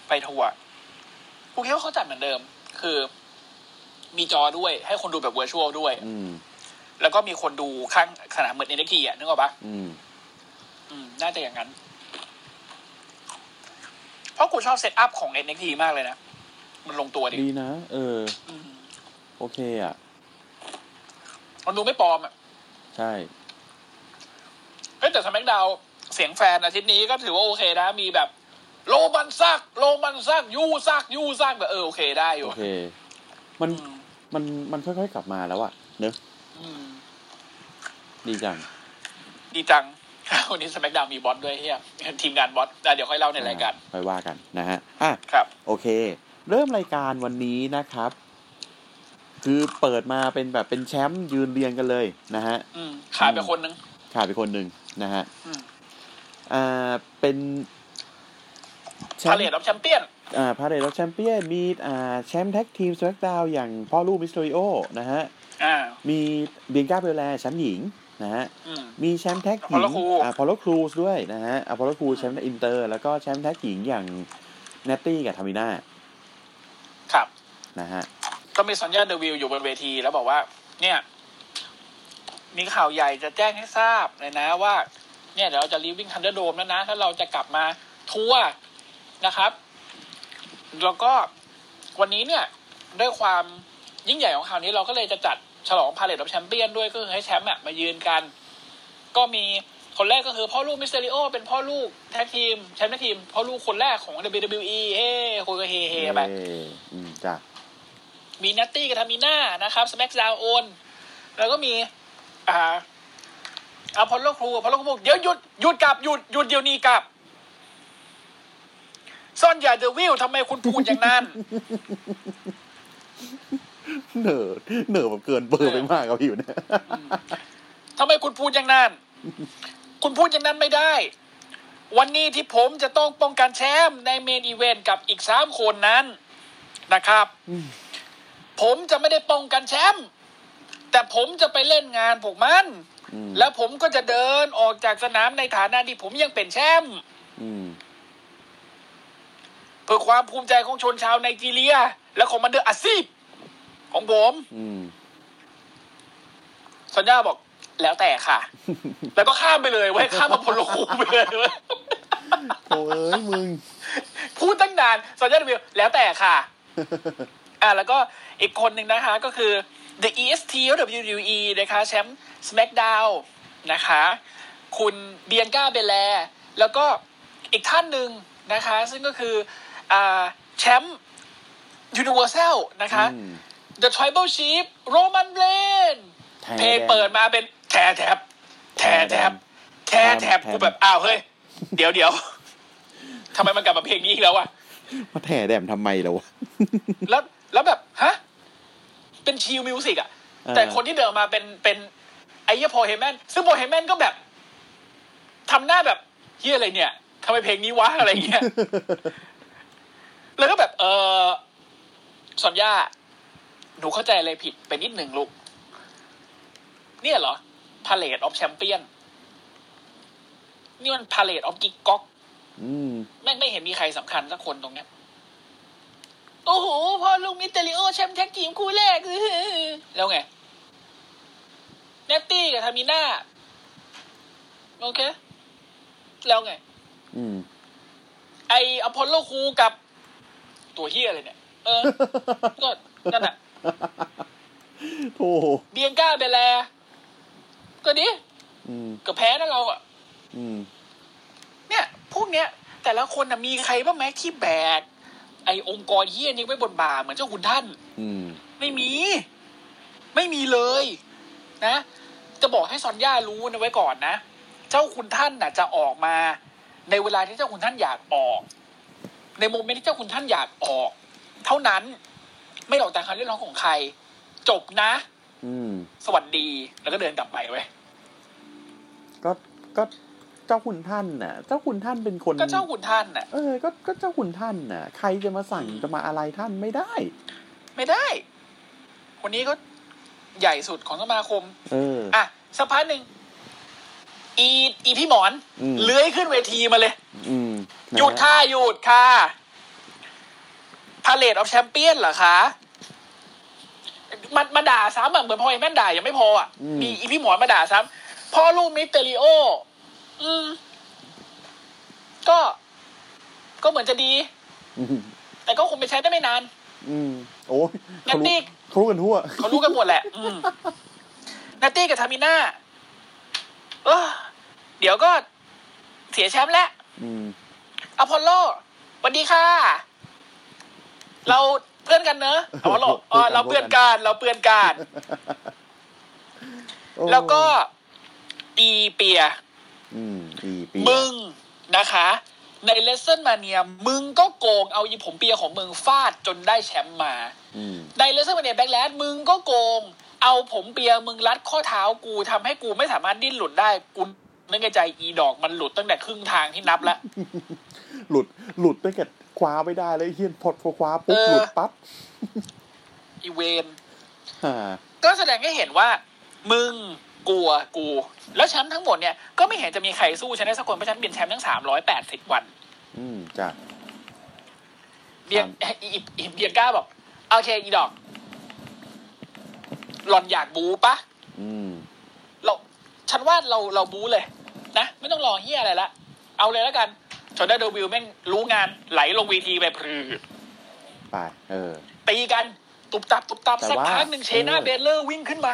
Speaker 3: ไปทัวร์กูคิดว่าเขาจัดเหมือนเดิม คือมีจอด้วย ให้คนดูแบบเวอร์ชวลด้วย
Speaker 2: อืม
Speaker 3: แล้วก็มีคนดูข้างสนามเหมือนเอ็นทีอะนึกออกปะ
Speaker 2: อืม
Speaker 3: อืม น่าจะอย่างนั้น เพราะกูชอบเซตอัพของเอ็นทีมากเลยนะ มันลงตัวดี
Speaker 2: ดีนะ เออ
Speaker 3: อืม
Speaker 2: โอเคอ่ะ
Speaker 3: มันดูไม่ปลอมอะ
Speaker 2: ใช่
Speaker 3: เฮ้ยแต่สมักดาวเสียงแฟนอาทิตย์นี้ก็ถือว่าโอเคนะ มีแบบ โลมันซัก โลมันซัก ยูซัก ยูซักแบบเออโอเคได้อยู่
Speaker 2: โอเค มัน
Speaker 3: อืม
Speaker 2: มัน มันค่อยๆกลับมาแล้วอ่ะ เนอะ
Speaker 3: อืม
Speaker 2: ดีจัง
Speaker 3: ดีจัง วันนี้สมักดาวมีบอสด้วยเฮียทีมงานบอสอ่ะเดี๋ยวค่อยเล่าในรายการ
Speaker 2: ค่อยว่ากันนะฮะ อ่ะ
Speaker 3: ครับ
Speaker 2: โอเค เริ่มรายการวันนี้นะครับ คือเปิดมาเป็นแบบเป็นแชมป์ยืนเรียงกันเลยนะฮะ
Speaker 3: อืมขายไปคนนึง
Speaker 2: ขาดไปคนหนึ่งนะฮะ
Speaker 3: อืม
Speaker 2: อ่า เป็นแช
Speaker 3: พาม เลต
Speaker 2: ป์
Speaker 3: รับแชมเปี้ยน
Speaker 2: อ่าพาเลทรับแชมเปี้ยน มี อ่า แชมป์แท็กทีมสแลกดาวอย่างพ่อลูกมิสโตริโอ นะฮะ
Speaker 3: อ่า
Speaker 2: มีเบียงก้าเบลแลแชมป์หญิงนะฮะ
Speaker 3: อืม
Speaker 2: มีแชมป์แท็กหญิง
Speaker 3: Apollo Crews
Speaker 2: พอลโลครูสด้วยนะฮะอพอลโลครูแชมป์อินเตอร์ แล้วก็แชมป์แท็กหญิงอย่างเนตตี้กับทามิน่า
Speaker 3: ครับ
Speaker 2: นะฮะ
Speaker 3: ก็มีสัญญาเดอะวิลอยู่บนเวทีแล้วบอกว่า เนี่ย มีข่าวใหญ่จะแจ้งให้ทราบเลยนะว่า เนี่ยเดี๋ยวเราจะรีวิ่งทันเดอร์โดมแล้วนะ ถ้าเราจะกลับมาทัวร์นะครับ แล้วก็วันนี้เนี่ย ด้วยความยิ่งใหญ่ของข่าวนี้เราก็เลยจะจัดฉลองพาเลทรับแชมเปี้ยนด้วยก็คือให้แชมป์อะมายืนกัน ก็มีคนแรกก็คือพ่อลูกมิสเตอริโอ เป็นพ่อลูกแท็กทีมแชมป์แท็กทีมพ่อลูกคนแรกของ WWE เฮ้คนก็เฮเฮไป
Speaker 2: เอ้ยอืมจ้ะ
Speaker 3: มีนัตตี้กับทามิน่านะครับสแม็กดาวโอนแล้วก็มี อ่าอพอลโลครูอพอลโลครูบอกเดี๋ยวหยุดหยุดกลับหยุดหยุดเดี๋ยวนี้กลับ ซ่อนยาเดอะวิลทำไมคุณพูดอย่างนั้น
Speaker 2: เหน่อเหน่อแบบเกินเบอร์ไปมากครับพี่อยู่เนี่ย
Speaker 3: ทำไมคุณพูดอย่างนั้น คุณพูดอย่างนั้นไม่ได้ วันนี้ที่ผมจะต้องป้องกันแชมป์ในเมนอีเวนต์กับอีกสามคนนั้นนะครับ ผมจะไม่ได้ป้องกันแชมป์แต่ผมจะไปเล่นงานพวกมัน
Speaker 2: อืม
Speaker 3: แล้วผมก็จะเดินออกจากสนามในฐานะที่ผมยังเป็นแชมป์
Speaker 2: อืม
Speaker 3: เพื่อความภูมิใจของชนชาวไนจีเรีย และของมันเดอร์อาซีบของผม
Speaker 2: อืม
Speaker 3: สัญญาบอกแล้วแต่ ค่ะ แล้วก็ข้ามไปเลยเว้ยข้ามมาพลโลคูไปเลยเว้ย
Speaker 2: โอ้เอ้ยมึง
Speaker 3: พูดตั้งนานสัญญาณวิวแล้วแต่ค่ะ อ่าแล้วก็อีกคนหนึ่งนะคะก็คือ The EST WWE นะคะแชมป์ SmackDown นะคะ คุณเบียงก้าเบลแลแล้วก็อีกท่านหนึ่งนะคะ ซึ่งก็คืออ่าแชมป์ Universal นะคะ
Speaker 2: อืม
Speaker 3: The Tribal Chief Roman Reigns
Speaker 2: แท้แดง
Speaker 3: เพลงเปิดมาเป็นแทแทบแทแทบแทแทบกูแบบอ้าวเฮ้ย เดี๋ยวเดี๋ยว ทำไมมันกลับมาเพลงนี้อีกแล้วอะ
Speaker 2: มาแถแดมทำไมแล้ววะ
Speaker 3: แล้วแล้วแบบ ฮะ เป็นชิลมิวสิกอะ
Speaker 2: เออ
Speaker 3: แต่คนที่เดินมาเป็นเป็นไอ้เหี้ยโพเฮแมนซึ่งโพเฮแมนก็แบบทำหน้าแบบเฮียอะไรเนี่ยทำไมเพลงนี้วะอะไรเงี้ย แล้วก็แบบ เออสัญญา หนูเข้าใจอะไรผิดไปนิดหนึ่งลูก เนี่ยเหรอพาเลตออฟแชมเปี้ยนนี่มันพาเลตออฟกิกก๊อก
Speaker 2: อืม
Speaker 3: แม่งไม่เห็นมีใครสำคัญสักคนตรงเนี้ย โอ้โห พ่อลุงมิสเตอริโอแชมป์แท็กทีมคู่แรก แล้วไงเนตตี้กับทามิน่า โอเค แล้วไง
Speaker 2: อืม
Speaker 3: ไออพอลโลครูกับ ตัวเฮียอะไรเนี่ย เอ อ ก็นั่นอะ
Speaker 2: โอ้โห
Speaker 3: เบียงก้าเบลแลก็ดี
Speaker 2: อืม
Speaker 3: ก็แพ้นะเราอะ
Speaker 2: อืม
Speaker 3: เนี่ย พวกเนี้ย แต่ละคนนะมีใครบ้างไหมที่แบก ไอองค์กรเฮียนี้ไว้บนบ่าเหมือนเจ้าคุณท่าน
Speaker 2: อืม
Speaker 3: ไม่มี ไม่มีเลย นะ จะบอกให้ซอนย่ารู้นะไว้ก่อนนะ เจ้าคุณท่านน่ะ จะออกมา ในเวลาที่เจ้าคุณท่านอยากออก ในโมเมนต์ที่เจ้าคุณท่านอยากออก เท่านั้น ไม่หลอกตามคำเรียกร้องของใคร จบนะ
Speaker 2: อืม
Speaker 3: สวัสดีแล้วก็เดินกลับไปเว้ย
Speaker 2: ก็ก็เจ้าคุณท่านน่ะ เจ้าคุณท่านเป็นคน
Speaker 3: ก็เจ้าคุณท่านน่ะ
Speaker 2: เออ ก็ก็เจ้าคุณท่านน่ะ ใครจะมาสั่งจะมาอะไรท่านไม่ได้
Speaker 3: ไม่ได้ คนนี้ก็ใหญ่สุดของสมาคม
Speaker 2: เออ
Speaker 3: อ่ะสักพักหนึ่ง อีอีพี่หมอน
Speaker 2: อืม
Speaker 3: เลื้อยขึ้นเวทีมาเลย
Speaker 2: อืมนะฮะ
Speaker 3: หยุดค่ะหยุดค่ะพาเลตออฟแชมเปี้ยนเหรอคะมันมาด่าซ้ำอะเหมือนพอไอ้แม่นด่ายังไม่พออ่ะมีอีพี่หมอนมาด่าซ้ำพ่อลูกมิสเตอริโอ อืม ก็ ก็เหมือนจะดี
Speaker 2: อืม
Speaker 3: แต่ก็คงไปใช้ได้ไม่นาน
Speaker 2: อืมโอ้ย
Speaker 3: งั้น
Speaker 2: เขา
Speaker 3: นี่
Speaker 2: รู้เขารู้กันทั่ว
Speaker 3: เขารู้กันหมดแหละ อืมนาตี้กับทามิน่าเออเดี๋ยวก็เสียแชมป์แล้ว
Speaker 2: อืม
Speaker 3: อพอลโลสวัสดีค่ะ เราเพื่อนกันเนอะอพอลโลอ๋อเราเพื่อนกัน เราเพื่อนกัน
Speaker 2: โอ้
Speaker 3: แล้วก็อีเปีย
Speaker 2: อืมอีปี
Speaker 3: มึงนะคะ ในเลสเซนมาเนียมึงก็โกงเอาอีผมเปียของมึงฟาดจนได้แชมป์มา
Speaker 2: อืม
Speaker 3: ในเลสเซอร์มาเนียแบ็กแลนมึงก็โกง เอาผมเปียมึงรัดข้อเท้ากูทำให้กูไม่สามารถดิ้นหลุดได้กูนึกในใจอีดอกมันหลุดตั้งแต่ครึ่งทางที่นับแล้ว
Speaker 2: หลุด หลุดไปกับคว้าไม่ได้เลยไอ้เฮียนพอดพอคว้าปุ๊บ
Speaker 3: เออ
Speaker 2: หลุดปั๊บ
Speaker 3: อีเวน
Speaker 2: อ่า
Speaker 3: ก็แสดงให้เห็นว่า มึงกลัวกู แล้วแชมป์ทั้งหมดเนี่ย ก็ไม่เห็นจะมีใครสู้ฉันได้สักคนเพราะฉันเบียนแชมป์ทั้งสามร้อยแปดสิบวัน
Speaker 2: อืมจ้ะ
Speaker 3: เบียนเอ้ยอีอีอีเบียนก้าบอกโอเคอีดอก หล่อนอยากบูปะ
Speaker 2: อืม
Speaker 3: เราฉันว่าเราเราบูเลย นะ ไม่ต้องรอเฮียอะไรละเอาเลยแล้วกันจนได้โดวิลแม่งรู้งานไหลลงเวีทีไปพรือ
Speaker 2: ไป เออ
Speaker 3: ตีกัน ตุบตับตุบตับ
Speaker 2: แต่
Speaker 3: สัก
Speaker 2: ว่า
Speaker 3: พักหนึ่งเชน่า
Speaker 2: เออ
Speaker 3: เบลเลอร์วิ่งขึ้นมา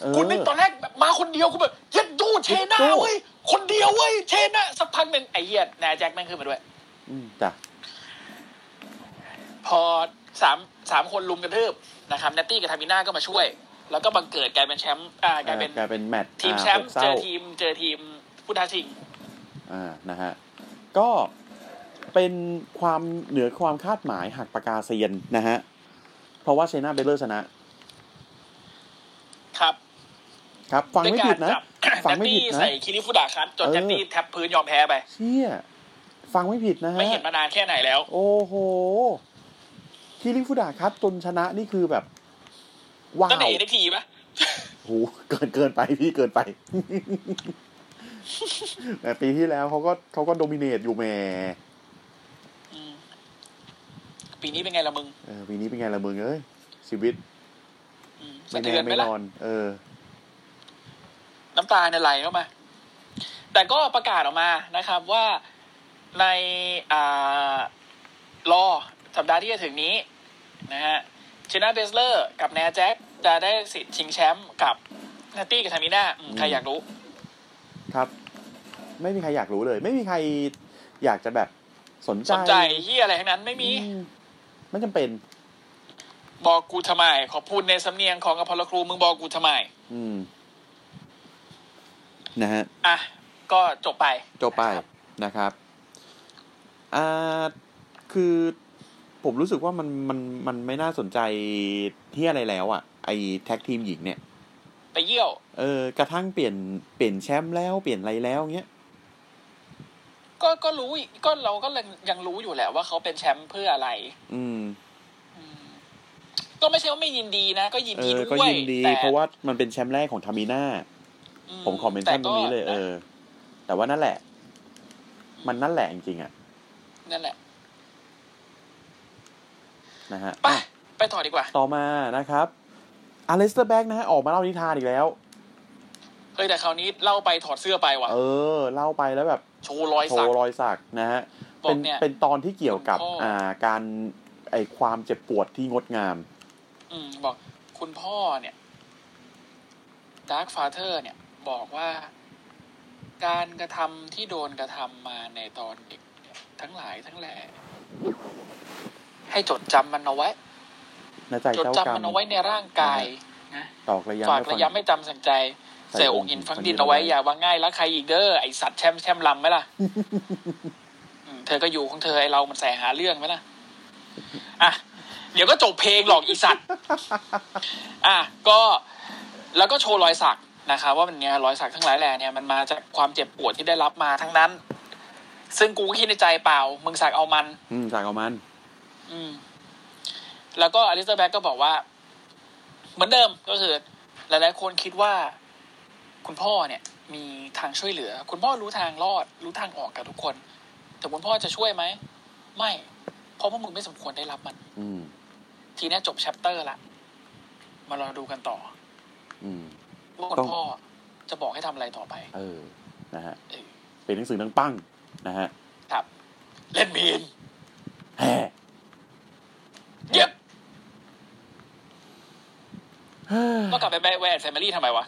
Speaker 2: เออ
Speaker 3: กูนึกตอนแรกแบบมาคนเดียวกูแบบเย็ดดูเชน่า
Speaker 2: เย็ดดู
Speaker 3: เว้ยคนเดียวเว้ยเชน่าสักพักหนึ่งไอ้เหี้ยแนาแจ็คแม่งขึ้นมาด้วย
Speaker 2: อืมจ้ะ
Speaker 3: พอสามสามคนลุมกระทืบนะครับเนตตี้กับทามิน่าก็มาช่วย แล้วก็บังเกิดกลายเป็นแชมป์อ่ากลายเป็น
Speaker 2: กลายเป็นแมตช์
Speaker 3: ทีมแชมป์
Speaker 2: อ่าหกศร้า
Speaker 3: เจอทีมเจอทีมผู้ท้าชิง
Speaker 2: อ่า นะฮะ ก็เป็นความเหนือความคาดหมายหักปากกาเซียนนะฮะ เพราะว่าเชน่าเบลเลอร์ชนะ
Speaker 3: ครับ
Speaker 2: ครับ ฟัง
Speaker 3: ด้วย
Speaker 2: ไม่
Speaker 3: กา
Speaker 2: ผิ
Speaker 3: ร
Speaker 2: ดนะ
Speaker 3: จับ
Speaker 2: ฟั
Speaker 3: เน
Speaker 2: ง
Speaker 3: ต
Speaker 2: ไม่
Speaker 3: ตี้
Speaker 2: ผิดนะ
Speaker 3: ใส่คิริฟุดะครับจน
Speaker 2: เออ
Speaker 3: เนตตี้แทบพื้นยอมแพ้ไป
Speaker 2: เชี่ย ฟังไม่ผิดนะฮะ
Speaker 3: ไม่เห็นมานานแค่ไหนแล้ว
Speaker 2: โอ้โห คิริฟุดะครับจนชนะนี่คือแบบ ว้า
Speaker 3: ตั้งแต่
Speaker 2: ว
Speaker 3: เอ็นทีปะ
Speaker 2: โหเกินเกินไปพี่เกินไป แต่ปีที่แล้วเขาก็เขาก็โดมิเนตอยู่แหม
Speaker 3: อืมปีนี้เป็นไงละมึง
Speaker 2: เออปีนี้เป็นไงละมึงเอ้ยชีวิต
Speaker 3: อืม
Speaker 2: ไม่
Speaker 3: สะ
Speaker 2: แน่
Speaker 3: เทือนไหม
Speaker 2: ไม่
Speaker 3: ล่ะ
Speaker 2: นอน เออ
Speaker 3: น้ำตาเนี่ยไหลเข้ามา แต่ก็ประกาศออกมานะครับว่าในอ่ารอสัปดาห์ที่จะถึงนี้นะฮะชนะเบสเลอร์กับแนแจ็คจะได้สิทธิ์ชิงแชมป์กับนาตี้กับทามิน่าอืมใครอยากรู้
Speaker 2: ครับ ไม่มีใครอยากรู้เลย ไม่มีใครอยากจะแบบสนใจ
Speaker 3: สนใจที่อะไรทั้งนั้นไม่มี
Speaker 2: อืมไม่จำเป็น
Speaker 3: บอกกูทำไม ขอพูดในสำเนียงของอพอลโลครูมึงบอกกูทำไม
Speaker 2: อืม นะฮะ
Speaker 3: อ่ะ ก็จบไป
Speaker 2: จบไปนะครับ อ่า คือผมรู้สึกว่ามันมันมันไม่น่าสนใจที่อะไรแล้วอะ่ะ ไอแท็กทีมหญิงเนี่ย
Speaker 3: ไปเยี่ยว
Speaker 2: เออกระทั่งเปลี่ยนเปลี่ยนแชมป์แล้วเปลี่ยนอะไรแล้วเงี้ย
Speaker 3: ก็ก็รู้อีกก็เราก็ยังรู้อยู่แหละว่าเขาเป็นแชมป์เพื่ออะไร
Speaker 2: อืม
Speaker 3: ก็ไม่ใช่ว่าไม่ยินดีนะ ก็ยิน
Speaker 2: เอ
Speaker 3: ดี
Speaker 2: อ
Speaker 3: ด้วย
Speaker 2: ก็ยินดี
Speaker 3: แต่
Speaker 2: เพราะว่ามันเป็นแชมป์แรกของทามิน่า ผมขอเมนชั่นตรงนี้เลย เออ แต่ว่านั่นแหละ มันนั่นแหละจริงๆอ่ะ
Speaker 3: นั่นแหละ
Speaker 2: นะฮะ
Speaker 3: ไป
Speaker 2: อ่ะ
Speaker 3: ไปต่อดีกว่า
Speaker 2: ต่อมานะครับอเลสเตอร์แบ็กนะฮะ ออกมาเล่านิทานอีกแล้ว
Speaker 3: เฮ้ย แต่คราวนี้เล่าไปถอดเสื้อไปว่ะ
Speaker 2: เออ เล่าไปแล้วแบบ
Speaker 3: โชว์รอย
Speaker 2: โช
Speaker 3: สัก
Speaker 2: ว์รอยสักนะฮะ
Speaker 3: บอก
Speaker 2: เป็น
Speaker 3: เนี่ย
Speaker 2: เป็นตอนที่เกี่ยวกับ
Speaker 3: คุณพ่ออ่
Speaker 2: อ่า การ ไอความเจ็บปวดที่งดงาม
Speaker 3: อืม บอก คุณพ่อเนี่ยดาร์คฟาเธอร์เนี่ย บอกว่า การกระทำที่โดนกระทำมาในตอนเด็กเนี่ยทั้งหลายทั้งแหล่ให้จดจำมันเอาไว้
Speaker 2: นะใจ
Speaker 3: จด
Speaker 2: เจ้า
Speaker 3: จำ
Speaker 2: กรรม
Speaker 3: มันเอาไว้ในร่างกาย นะ
Speaker 2: ตอกระยะ
Speaker 3: ฝาก
Speaker 2: ไม่
Speaker 3: ระ
Speaker 2: ฟั
Speaker 3: ยะ
Speaker 2: ง
Speaker 3: ไม่จำสังใจ
Speaker 2: ใส่
Speaker 3: ใส่อ
Speaker 2: อง งค์
Speaker 3: ค์หิน
Speaker 2: ฝั
Speaker 3: ฝัง
Speaker 2: งดิ
Speaker 3: ดิน
Speaker 2: น
Speaker 3: เอา
Speaker 2: เอาไว้
Speaker 3: ไว้อย่าวางง่ายแล้วใครอีกเด้อไอสัตว์แช่มแช่มลำไหมล่ะ อืมเธอก็อยู่ของเธอไอเรามันแสหาเรื่องไหมล่ะอ่ะเดี๋ยวก็จบเพลงหลอกอีสัตว์อ่ะก็แล้วก็โชว์รอยสักนะคะว่ามันเนี่ยรอยสักทั้งหลายแหล่เนี่ยมันมาจากความเจ็บปวดที่ได้รับมาทั้งนั้น ซึ่งกูก็คิดในใจเปล่า มึงสักเอามัน
Speaker 2: อืมจากเอามัน
Speaker 3: อืม แล้วก็อลิซาเบธก็บอกว่า เหมือนเดิมก็คือ หลายๆคนคิดว่า คุณพ่อเนี่ย มีทางช่วยเหลือ คุณพ่อรู้ทางรอด รู้ทางออกกับทุกคน แต่คุณพ่อจะช่วยไหม ไม่ เพราะพวกมึงไม่สมควรได้รับมัน
Speaker 2: อืม
Speaker 3: ทีเนี้ยจบแชปเตอร์ละมารอดูกันต่อ
Speaker 2: อืม
Speaker 3: ว่าคุ
Speaker 2: ต้
Speaker 3: ณ
Speaker 2: อง
Speaker 3: พ่อจะบอกให้ทำอะไรต่อไป
Speaker 2: เออ นะฮะ
Speaker 3: เออ
Speaker 2: เป็นหนังสือนังปั้ง นะฮะ
Speaker 3: ครับ เล่นบีน
Speaker 2: แฮ่
Speaker 3: เย็บก็กลับไปแบแหวนแฟมิลี่ทำไมวะ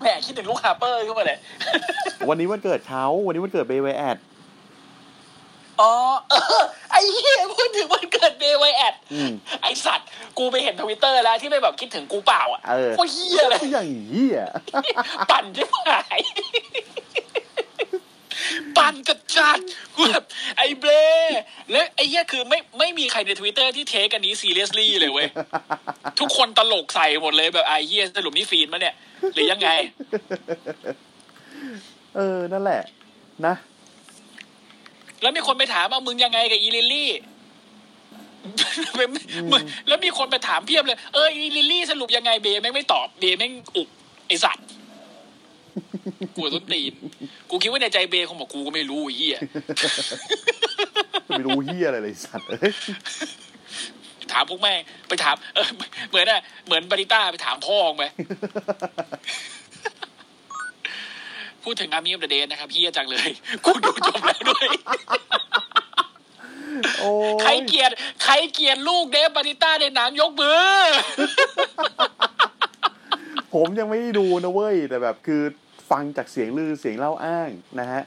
Speaker 3: แหมคิดถึงลูกฮาร์เปอร์ขึ้นมาเลย
Speaker 2: วันนี้วันเกิดเขาวันนี้วันเกิดเบย์ไวแอด
Speaker 3: อ๋อเออไอ้เหี้ยพูดถึงวันเกิดเบย์ไวแอด
Speaker 2: อืม
Speaker 3: ไอสัตว์ กูไปเห็นทวิตเตอร์แล้วที่ไม่แบบคิดถึงกูเปล่าอ่ะ
Speaker 2: เออ
Speaker 3: โคตรเหี้ยเลย
Speaker 2: อย่างเหี้ย
Speaker 3: ปั่นใช่ไหม ปั่นจัดจัดๆแบบไอ้เบรแล้วไอ้เหี้ยคือไม่ไม่มีใครในทวิตเตอร์ที่เทคอันนี้ซีเรียส l y เลยเว้ย ทุกคนตลกใส่หมดเลยแบบไอ้เหี้ยสรุปนี่ฟีนมาเนี่ย หรือยังไง
Speaker 2: เออ นั่นแหละ นะ
Speaker 3: แล้วมีคนไปถามว่ามึงยังไงกับอีลิลลี่ มึงแล้วมีคนไปถามเพียบเลย เอออีลิลลี่สรุปยังไงเบย์แม่งไม่ตอบเบย์แม่งอุบไอสัต ว์กูต้นตีน กูคิดว่าในใจเบย์คงบอกกูก็ไม่รู้ไอ้เหี้ย
Speaker 2: ไม่รู้เหี้ยอะไรเลยสัตว์เอ้ย
Speaker 3: ถามพวกแม่งไปถามเออเหมือนอะเหมือนบาริต้าไปถามพ่อมึงไหม พูดถึงอามีมเดเดนนะครับเฮียจังเลย กูดูจบแล้วด้วย
Speaker 2: โอ้
Speaker 3: ใคร
Speaker 2: ย
Speaker 3: เกลียดใครเกลียดลูกเดฟบาริต้าในหนังยกมือ
Speaker 2: ผมยังไม่ได้ดูนะเว้ย แต่แบบคือฟังจากเสียงลือเสียงเล่าอ้างนะฮะ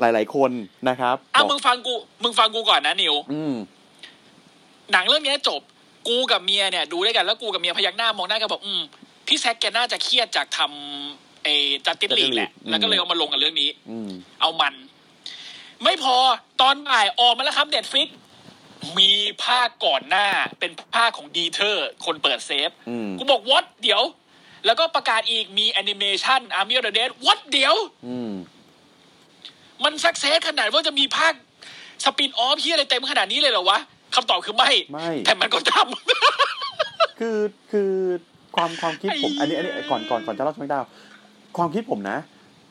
Speaker 2: หลาย ๆ คนนะครับ
Speaker 3: อ่ะ
Speaker 2: บ
Speaker 3: มึ
Speaker 2: อก
Speaker 3: งฟังกู มึงฟังกูก่อนนะนิว
Speaker 2: อืม
Speaker 3: หนังเรื่องเนี้ยจบ กูกับเมียเนี่ย ดูด้วยกันแล้วกูกับเมียพยักหน้ามองหน้ากันบอกอืมพี่แซกแกน่าจะเครียดจากทำไอ้จัดติสลีกแหละ
Speaker 2: Justice League
Speaker 3: แล้วก็เลยเอามาลงกับเรื่องนี้
Speaker 2: อืม
Speaker 3: เอามัน ไม่พอตอนบ่ายออกมาแล้วครับเด็ดฟิก มีภาคก่อนหน้าเป็นภาคของดีเทอร์ คนเปิดเซฟ
Speaker 2: อืม
Speaker 3: กูบอกวัดเดี๋ยว แล้วก็ประกาศอีกมีแอนิเมชันอาร์มิเดเดวัดเดี๋ยว
Speaker 2: อืม
Speaker 3: มันสักเซสขนาดว่าจะมีภาคสปินออฟที่อะไรเต็มขนาดนี้เลยเหรอวะคำตอบคือไม่
Speaker 2: ไม่
Speaker 3: แต่มันก็ท
Speaker 2: คือคือความความคิดผม
Speaker 3: ไอ้
Speaker 2: อันนี้อันนี้ก่อนก่อนก่อนจะเล่าชมดาวความคิดผมนะ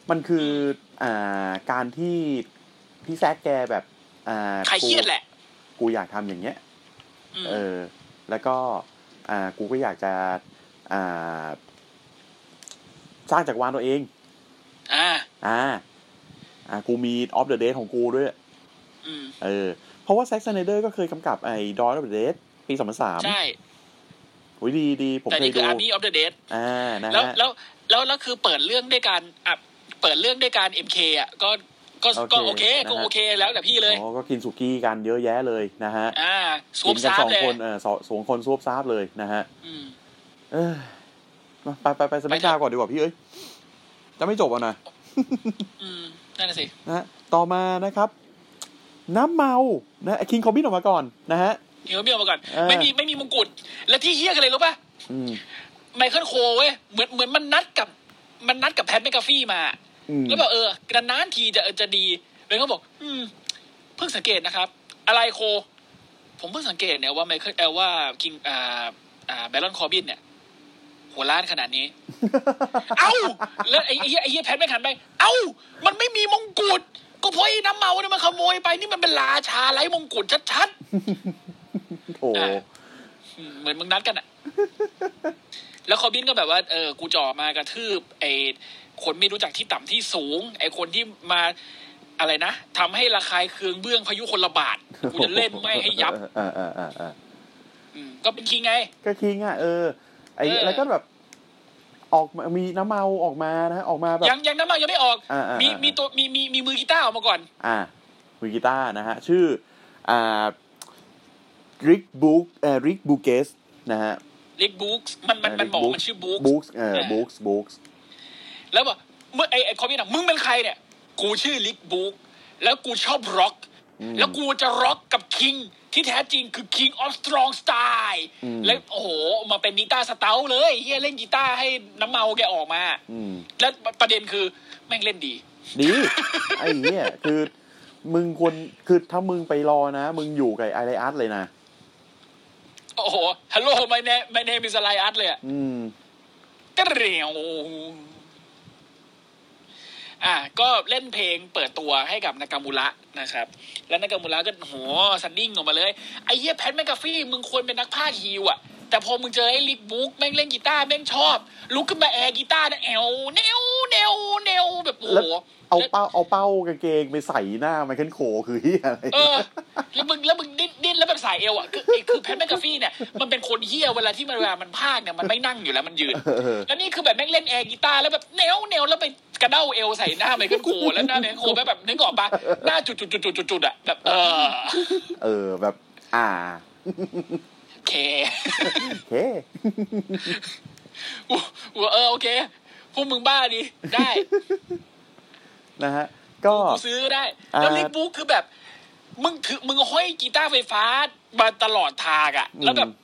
Speaker 2: มันคืออ่าการที่พี่แซกแกแบบอ่า
Speaker 3: ำใครเครียดแหละ
Speaker 2: กูอยากทำอย่างเงี้ย
Speaker 3: อืม
Speaker 2: เออ แล้วก็ อ่า กูก็อยากจะ อ่า สร้างจักรวาลตัวเอง
Speaker 3: อ่า
Speaker 2: อ่า อ่า กูมีออฟเดอะเด d ของกูด้วย
Speaker 3: อืม
Speaker 2: เออ เพราะว่าแซ็กซ์ไนเดอร์ก็เคยกำกับไอ้ดอยออฟเดอะเด d ปีสองพันสาม
Speaker 3: ใช่
Speaker 2: อุ้ยดีดีผม
Speaker 3: แต่
Speaker 2: เค
Speaker 3: นี่
Speaker 2: ย
Speaker 3: คือ
Speaker 2: ดู
Speaker 3: อาร์มี่ออฟเดอะเด
Speaker 2: อ่า นะ
Speaker 3: แล้ว
Speaker 2: ฮะ
Speaker 3: แล้วแล้วแล้วคือเปิดเรื่องด้วยการอ่ะเปิดเรื่องด้วยการเอ็มเคอ่ะก็ก็ก็
Speaker 2: โอ
Speaker 3: โอ
Speaker 2: เค
Speaker 3: เคก็
Speaker 2: นะฮะ
Speaker 3: โอเคแล้วแต่พี่เลย
Speaker 2: อ๋อก็กินสุกี้กันเยอะแยะเลยนะฮะ
Speaker 3: อ่าสว
Speaker 2: กิ
Speaker 3: ม
Speaker 2: นกั
Speaker 3: ซา
Speaker 2: ส
Speaker 3: บ
Speaker 2: อง
Speaker 3: เลย
Speaker 2: คนเออสองสองคนซวบซาบเลยนะฮะ
Speaker 3: อืม
Speaker 2: เออมาไปไปไปสมั
Speaker 3: ไป
Speaker 2: ย
Speaker 3: เถอะ
Speaker 2: ดาวก่อนดีกว่าพี่เอ้ย จะไม่จบอ่ะนะ
Speaker 3: อืมนั่นน่ะสิ
Speaker 2: นะฮะต่อมานะครับ น้ำเมานะคิงคอมบินออกมาก่อนนะฮะ
Speaker 3: เดี๋ยวเบี้ยวมาก่อน
Speaker 2: เออ
Speaker 3: ไม่มีไม่มีมงกุฎและที่เฮี้ยกันเลยรู้ป่ะ
Speaker 2: อืม
Speaker 3: ไมเคิลโคเว้ยเหมือนเหมือนมันนัดกับมันนัดกับแพทแมกกาฟี่มา
Speaker 2: อืม
Speaker 3: แล้วบอกเออนานๆทีจะจะดีเลยเขาบอก อืม เพิ่งสังเกตนะครับ อะไรโค ผมเพิ่งสังเกตเนี่ยว่าไมเคิลเออว่าคิงอ่าอ่าแบรอนคอร์บินเนี่ย หัวล้านขนา ดนี้ เอ้า แล้วไอ้ไอ้เหี้ยไอ้เหี้ยแพทไม่ขันไป เอ้า มันไม่มีมงกุฎก็เพราะไอ้น้ำเมาเนี่ยมันขโมยไปนี่มันเป็นราชาไร้มงกุฎชัด
Speaker 2: โอ้
Speaker 3: อ่ะ ๆอืมเหมือนมึงนัด กันอะ แล้วคอร์บินก็แบบว่าเออกูจ่อมากระทืบไอ้คนไม่รู้จักที่ต่ำที่สูง ไอ้คนที่มาอะไรนะทำให้ระคายเคืองเบื้องพายุคนระบาดกูจะเล่นไม่ให้ยับ
Speaker 2: เออเออเออเออ
Speaker 3: อืมก็เป็นคิงไง
Speaker 2: ก็คิงอ่ะเออ ไอ
Speaker 3: เออ
Speaker 2: แล้วก็แบบ ออกมามีน้ำเมาออกมานะฮะออกมาแบบ
Speaker 3: ยังยังน้ำมันยังไม่ออก
Speaker 2: อ่าอ่า
Speaker 3: มี
Speaker 2: อ่ามี
Speaker 3: มีตัวมีมีมีมือกีตาร์ออกมาก่อน
Speaker 2: อ่ามือกีตาร์นะฮะ ชื่อ อ่าริกบุ๊กเอ่อริกบูเกสนะฮะ
Speaker 3: เล็กบุ๊กมันมันมันบอกว่ามันชื่อบุ๊ก
Speaker 2: บุ๊กเอ่อ
Speaker 3: เออ
Speaker 2: บุ๊กบุ๊ก
Speaker 3: แล้วบอกเมื่อไอ้ไอ้คอมมิวนิสต์มึงเป็นใครเนี่ย กูชื่อลิกบุ๊กแล้วกูชอบร็อก แล้วกูจะร็อกกับคิงที่แท้จริงคือ King of Strong Style แล้วโอ้โห มาเป็นนิต้าสเตาเลยเฮียเล่นกีตาร์ให้น้ำเมาแกออกมา
Speaker 2: อืม
Speaker 3: แล้วประเด็นคือแม่งเล่นดี
Speaker 2: ดี ไอ้เนี่ยคือมึงควรคือถ้ามึงไปรอนะ มึงอยู่กับไอไลอัสเลยนะ
Speaker 3: โอ้โห ฮัลโหลไม่เนไม่เนมิสไลอัสเลยอะ
Speaker 2: อืม
Speaker 3: กระเหรียว อ่ะก็เล่นเพลงเปิดตัวให้กับนากามูระนะครับ แล้วนากามูระก็โหซันดิ้งออกมาเลย ไอ้เหี้ยแพทแมกกาฟี่มึงควรเป็นนักพากย์ฮิวอะแต่พอมึงเจอไอ้ลิกบุ๊กแม่งเล่นกีตาร์แม่งชอบ ลุกขึ้นมาแอร์กีตาร์นะแอวแนวแนวแนวแบบโอ้
Speaker 2: แล้ว
Speaker 3: โห
Speaker 2: เอาเป้าเอาเป้ากางเกงไปใส่หน้าไมเคิลโคคือเฮียอะไร
Speaker 3: เออแล้วมึงแล้วมึงดิ้นดิ้นแล้วแบบสายเอวอ่ะคือไอ้คือแพทแมกกาฟี่เนี่ยมันเป็นคนเฮี้ยเวลาที่มันเวลามันพากย์เนี่ยมันไม่นั่งอยู่แล้วมันยืน
Speaker 2: เออ
Speaker 3: แล้วนี่คือแบบแม่งเล่นแอร์กีตาร์แล้วแบบแนวแนวแล้วไปกระเด้าเอวใส่หน้าไมเคิลโคแล้วหน้าไมเคิลโคแบบแบบนึกออกปะหน้าจุดจุดจุดจุดจุดจุดอ่ะแบบเออ
Speaker 2: เออแบบอ่า
Speaker 3: โอเค
Speaker 2: โอเค
Speaker 3: กูกูเออโอเคพวกมึงบ้าดิได้
Speaker 2: นะฮะ ก็
Speaker 3: กูซื้อก็ได้ แล้ว
Speaker 2: อ่า
Speaker 3: ลิกบุ๊กคือแบบ มึงถือมึงห้อยกีตาร์ไฟฟ้ามาตลอดทางอ่ะ แล้วแบบ
Speaker 2: อืม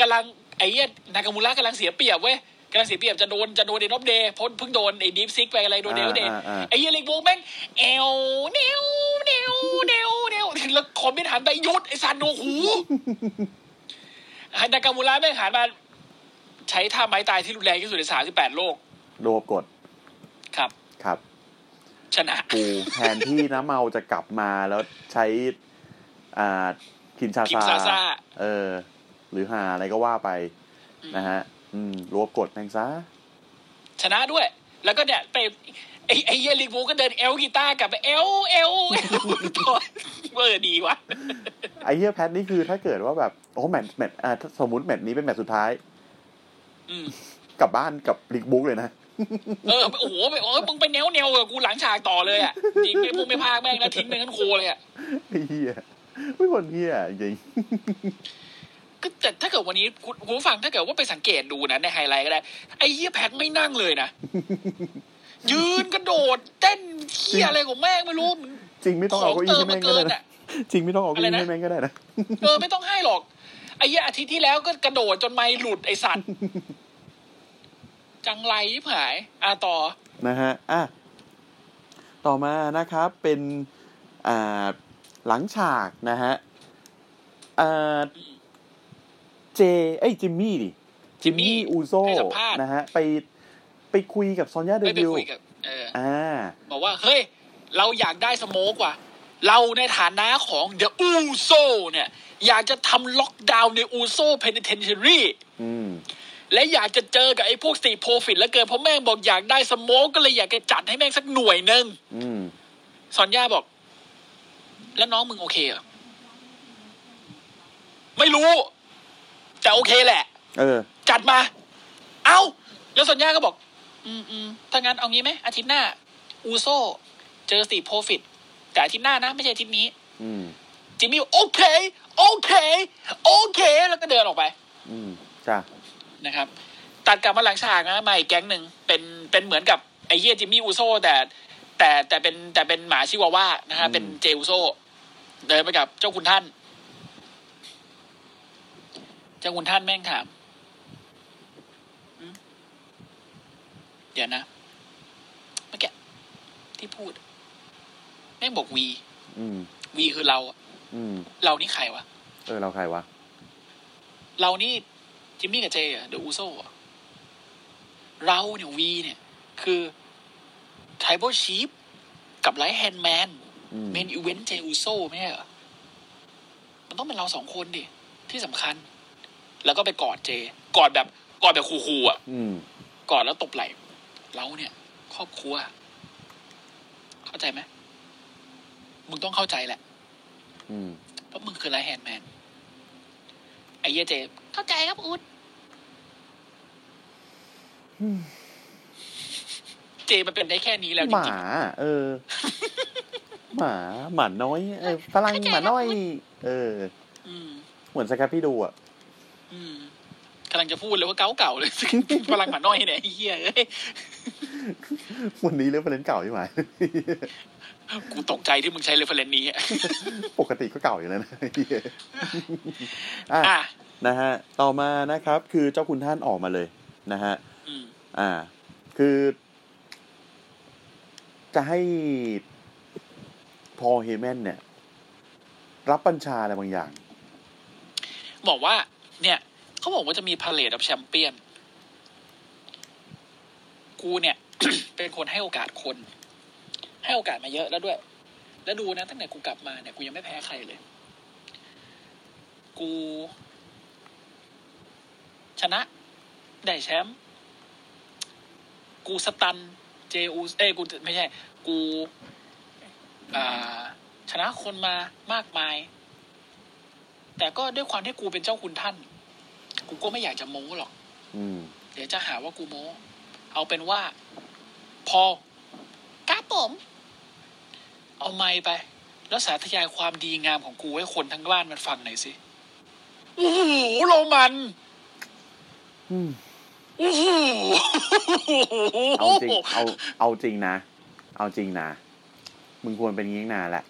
Speaker 3: กำลังไอ้เหี้ยนากามูระกำลังเสียเปรียบเว้ยกำลังเสียเปรียบจะโดนจะโดนเดนอฟเดย์พ้นเพิ่งโดนไอ้ดีฟซิกไปอะไรโดนเดนอฟเดย์
Speaker 2: อ่าอ่าอ่า
Speaker 3: ไอ้เหี้ยเล็กโบกแม่งเอวเนวเนวเนวเนวแล้วคอมเมนต์หันไปหยุดไอ้สันโนหูนากามูระแม่งหันมาใช้ท่าไม้ตายที่รุนแรงที่สุดในสามสิบแปดโลก
Speaker 2: โดบกด
Speaker 3: ครับ
Speaker 2: ครับ
Speaker 3: ชนะ
Speaker 2: กูแทนที่น้ำเมาจะกลับมาแล้วใช้ อ่าคิมชา
Speaker 3: คิม
Speaker 2: ซา
Speaker 3: ซาซา
Speaker 2: เออ หรือหาอะไรก็ว่าไป นะฮะ อืมรวบกดแม่งซะ
Speaker 3: ชนะด้วย แล้วก็เนี่ยไปไอ้ไอ้เหี้ยเล็กโบกก็เดินเอลกีตาร์กลับไปเอลเอลเอลตัวเออดีวะ
Speaker 2: ไอ้เฮียแพทนี่คือถ้าเกิดว่าแบบ โอ้แมตช์แมตช์อ่าถ้าสมมติแมตช์นี้เป็นแมตช์สุดท้าย
Speaker 3: อืม
Speaker 2: กลับบ้านกับลิกบุ๊กเลยนะ
Speaker 3: เออโอ้โหไปเออมึงไปแนวแนวกับกูหลังฉากต่อเลยอ่ะจริงไม่พูดไม่พากแม่งนะทิ้งแม่งทั้งครูเลยอ่ะ
Speaker 2: ไอ้เฮียไม่คนเฮียจริง
Speaker 3: ก็แต่ถ้าเกิดวันนี้คุณคุณผู้ฟังถ้าเกิดว่าไปสังเกตดูนะในไฮไลท์ก็ได้ไอ้เหี้ยแพทไม่นั่งเลยนะ ยืนกระโดดเต้นเที่ยอะไรของแม่งไม่รู้มัน
Speaker 2: จริงไม่ต้องเอาเก้าอี้ให้แม่งก็ได้
Speaker 3: ของเติมมาเกิน
Speaker 2: นะ
Speaker 3: อะ
Speaker 2: จริงไม่ต้องเอาเก้า
Speaker 3: อะไร
Speaker 2: อี้
Speaker 3: นะ
Speaker 2: ให้แม่งก็ได้นะ
Speaker 3: เออไม่ต้องให้หรอกไอ้เหี้ยอาทิตย์ที่แล้วก็กระโดดจนไม่หลุดไอ้สัตว์จังไรยิบหายอ่ะต่อ
Speaker 2: นะฮะ อ่ะ ต่อมานะครับ เป็น อ่า หลังฉากนะฮะ อ่า เจ เอ้ย จิมมี่ดิ
Speaker 3: จิ
Speaker 2: จิม
Speaker 3: มมี่
Speaker 2: มี่ อูโซ
Speaker 3: ให้สัมภาษณ์
Speaker 2: นะฮะ ไป ไปคุยกับซอนยาเด
Speaker 3: ไม่ไป
Speaker 2: วิล
Speaker 3: คุยกับเออ
Speaker 2: อ่า
Speaker 3: บอกว่า เฮ้ย เราอยากได้สโมกว่ะ เราในฐานะของเดอะอูโซเนี่ย อยากจะทำล็อกดาวน์ในอูโซเพน i เทนเชอรี่
Speaker 2: อืม
Speaker 3: และอยากจะเจอกับไอ้พวกสี่โปรฟิตแล้วเกินเพราะแม่งบอกอยากได้สโมกก็เลยอยากจะจัดให้แม่งสักหน่วยหนึ่ง
Speaker 2: อืม
Speaker 3: ซอนย่าบอก แล้วน้องมึงโอเคเหรอ ไม่รู้ แต่โอเคแหละ
Speaker 2: เออ
Speaker 3: จัดมา เอา้า แล้วสัญญาก็บอก อืมอืมถ้างั้นเอางี้ไหมอาทิตย์หน้า อูโซ เจอสี่โปรฟิต แต่อาทิตย์หน้านะ ไม่ใช่อาทิตย์นี้
Speaker 2: อืม
Speaker 3: จิมมี่บอกโอเค โอเค โอเค แล้วก็เดินออกไป
Speaker 2: อืม จ้ะ
Speaker 3: นะครับ ตัดกลับมาหลังฉากนะมาอีกแก๊งหนึ่งเป็นเป็นเหมือนกับไอ้เหี้ยจิมมี่อูโซแต่ แต่แต่เป็นแต่เป็นหมาชิวาว่านะฮะ
Speaker 2: อืม
Speaker 3: เป็นเจอูโซ เดินไปกับเจ้าคุณท่าน เจ้าคุณท่านแม่งถามอืมเดี๋ยวนะเมื่อกี้ที่พูด แม่งบอกวี
Speaker 2: อืม
Speaker 3: วีคือเราอะ
Speaker 2: อืม
Speaker 3: เรานี่ใครวะ
Speaker 2: เออ เราใครวะ
Speaker 3: เรานี่จิมมี่กับเจอะเดอะอูโซอะเราเนี่ยวีเนี่ย คือไทเบิลชีฟกับไลท์แฮนด์แมน
Speaker 2: อืม
Speaker 3: เมนอีเวนต์เจอูโซไม่ใช่เหรอมันต้องเป็นเราสองคนดิ ที่สำคัญ แล้วก็ไปกอดเจ กอดแบบกอดแบบคูลๆอ่ะ
Speaker 2: อืม
Speaker 3: กอดแล้วตบไหล่เราเนี่ย ครอบครัว เข้าใจไหมมึงต้องเข้าใจแหละ
Speaker 2: อืม
Speaker 3: เพราะมึงคือไลท์แฮนด์แมน ไอ้เหี้ยเจ เข้าใจครับอูดเจมันเป็นได้แค่นี้แล้วจ
Speaker 2: หมา
Speaker 3: ริง
Speaker 2: เออ หมา หมาน้อย เออฝรั่งหมาน้อย เออ
Speaker 3: ๆอืม
Speaker 2: เหมือนสครับพี่ดูอ่ะ
Speaker 3: อืมกำลังจะพูดเลยว่าเก่าเก่าๆเลย พลังหมาน้อยเนี่ยไอ้เหี้ยเอ้ย
Speaker 2: วันนี้เรื่องประเด็นเก่าใช่ไหม
Speaker 3: กูตกใจที่มึงใช้เรฟเฟรนนี้อะ
Speaker 2: ปกติก็เก่าอยู่แล้วนะ อ่ะ
Speaker 3: อ่ะ
Speaker 2: นะฮะ ต่อมานะครับ คือเจ้าคุณท่านออกมาเลย นะฮะ
Speaker 3: อืม
Speaker 2: อ่า คือ จะให้พอลเฮเมนเนี่ย รับบัญชาอะไรบางอย่าง
Speaker 3: บอกว่า เนี่ย เขาบอกว่าจะมีพาเลทออฟแชมเปี้ยน กูเนี่ย เป็นคนให้โอกาสคน ให้โอกาสมาเยอะแล้วด้วย แล้วดูนะตั้งแต่กูกลับมาเนี่ยกูยังไม่แพ้ใครเลย กู ชนะ ได้แชมป์กูสตันเจอูเอ้ยกูไม่ใช่ กูอ่าชนะคนมามากมาย แต่ก็ด้วยความที่กูเป็นเจ้าคุณท่าน กูก็ไม่อยากจะโม้หรอก
Speaker 2: อืม
Speaker 3: เดี๋ยวจะหาว่ากูโม้ เอาเป็นว่า พอครับผม เอาไม้ไป แล้วสาธยายความดีงามของกูให้คนทั้งบ้านมันฟังหน่อยสิโอ้โหโรมัน
Speaker 2: อืม
Speaker 3: โอ้โห
Speaker 2: เอาจริ ง เอา เอาจริงนะ เอาจริงนะ มึงควรเป็นงี้ตั้งนานละ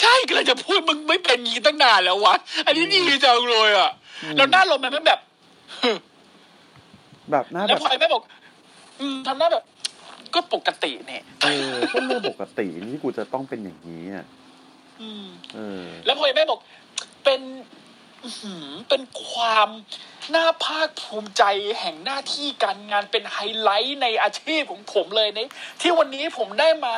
Speaker 3: ใช่ก็เลยจะพูดมึงไม่เป็นงี้ตั้งนานแล้ววะ อันนี้ดีจังเลยอ่ะ
Speaker 2: อืม
Speaker 3: แล้วหน้าโรมันมันแบบ
Speaker 2: แบบหน้า
Speaker 3: แล้
Speaker 2: แบ
Speaker 3: ว
Speaker 2: บ
Speaker 3: พลอยแม่บอก อืมทำหน้าแบบ ก็ปกติเนี่ย
Speaker 2: เออก็เรื่องปกติที่กูจะต้องเป็นอย่างนี้อ่ะ
Speaker 3: อืม
Speaker 2: เออ
Speaker 3: แล้วพอยแม่บอกเป็นอื้อหือเป็นความน่าภาคภูมิใจแห่งหน้าที่การงานเป็นไฮไลท์ในอาชีพของผมเลยในะที่วันนี้ผมได้มา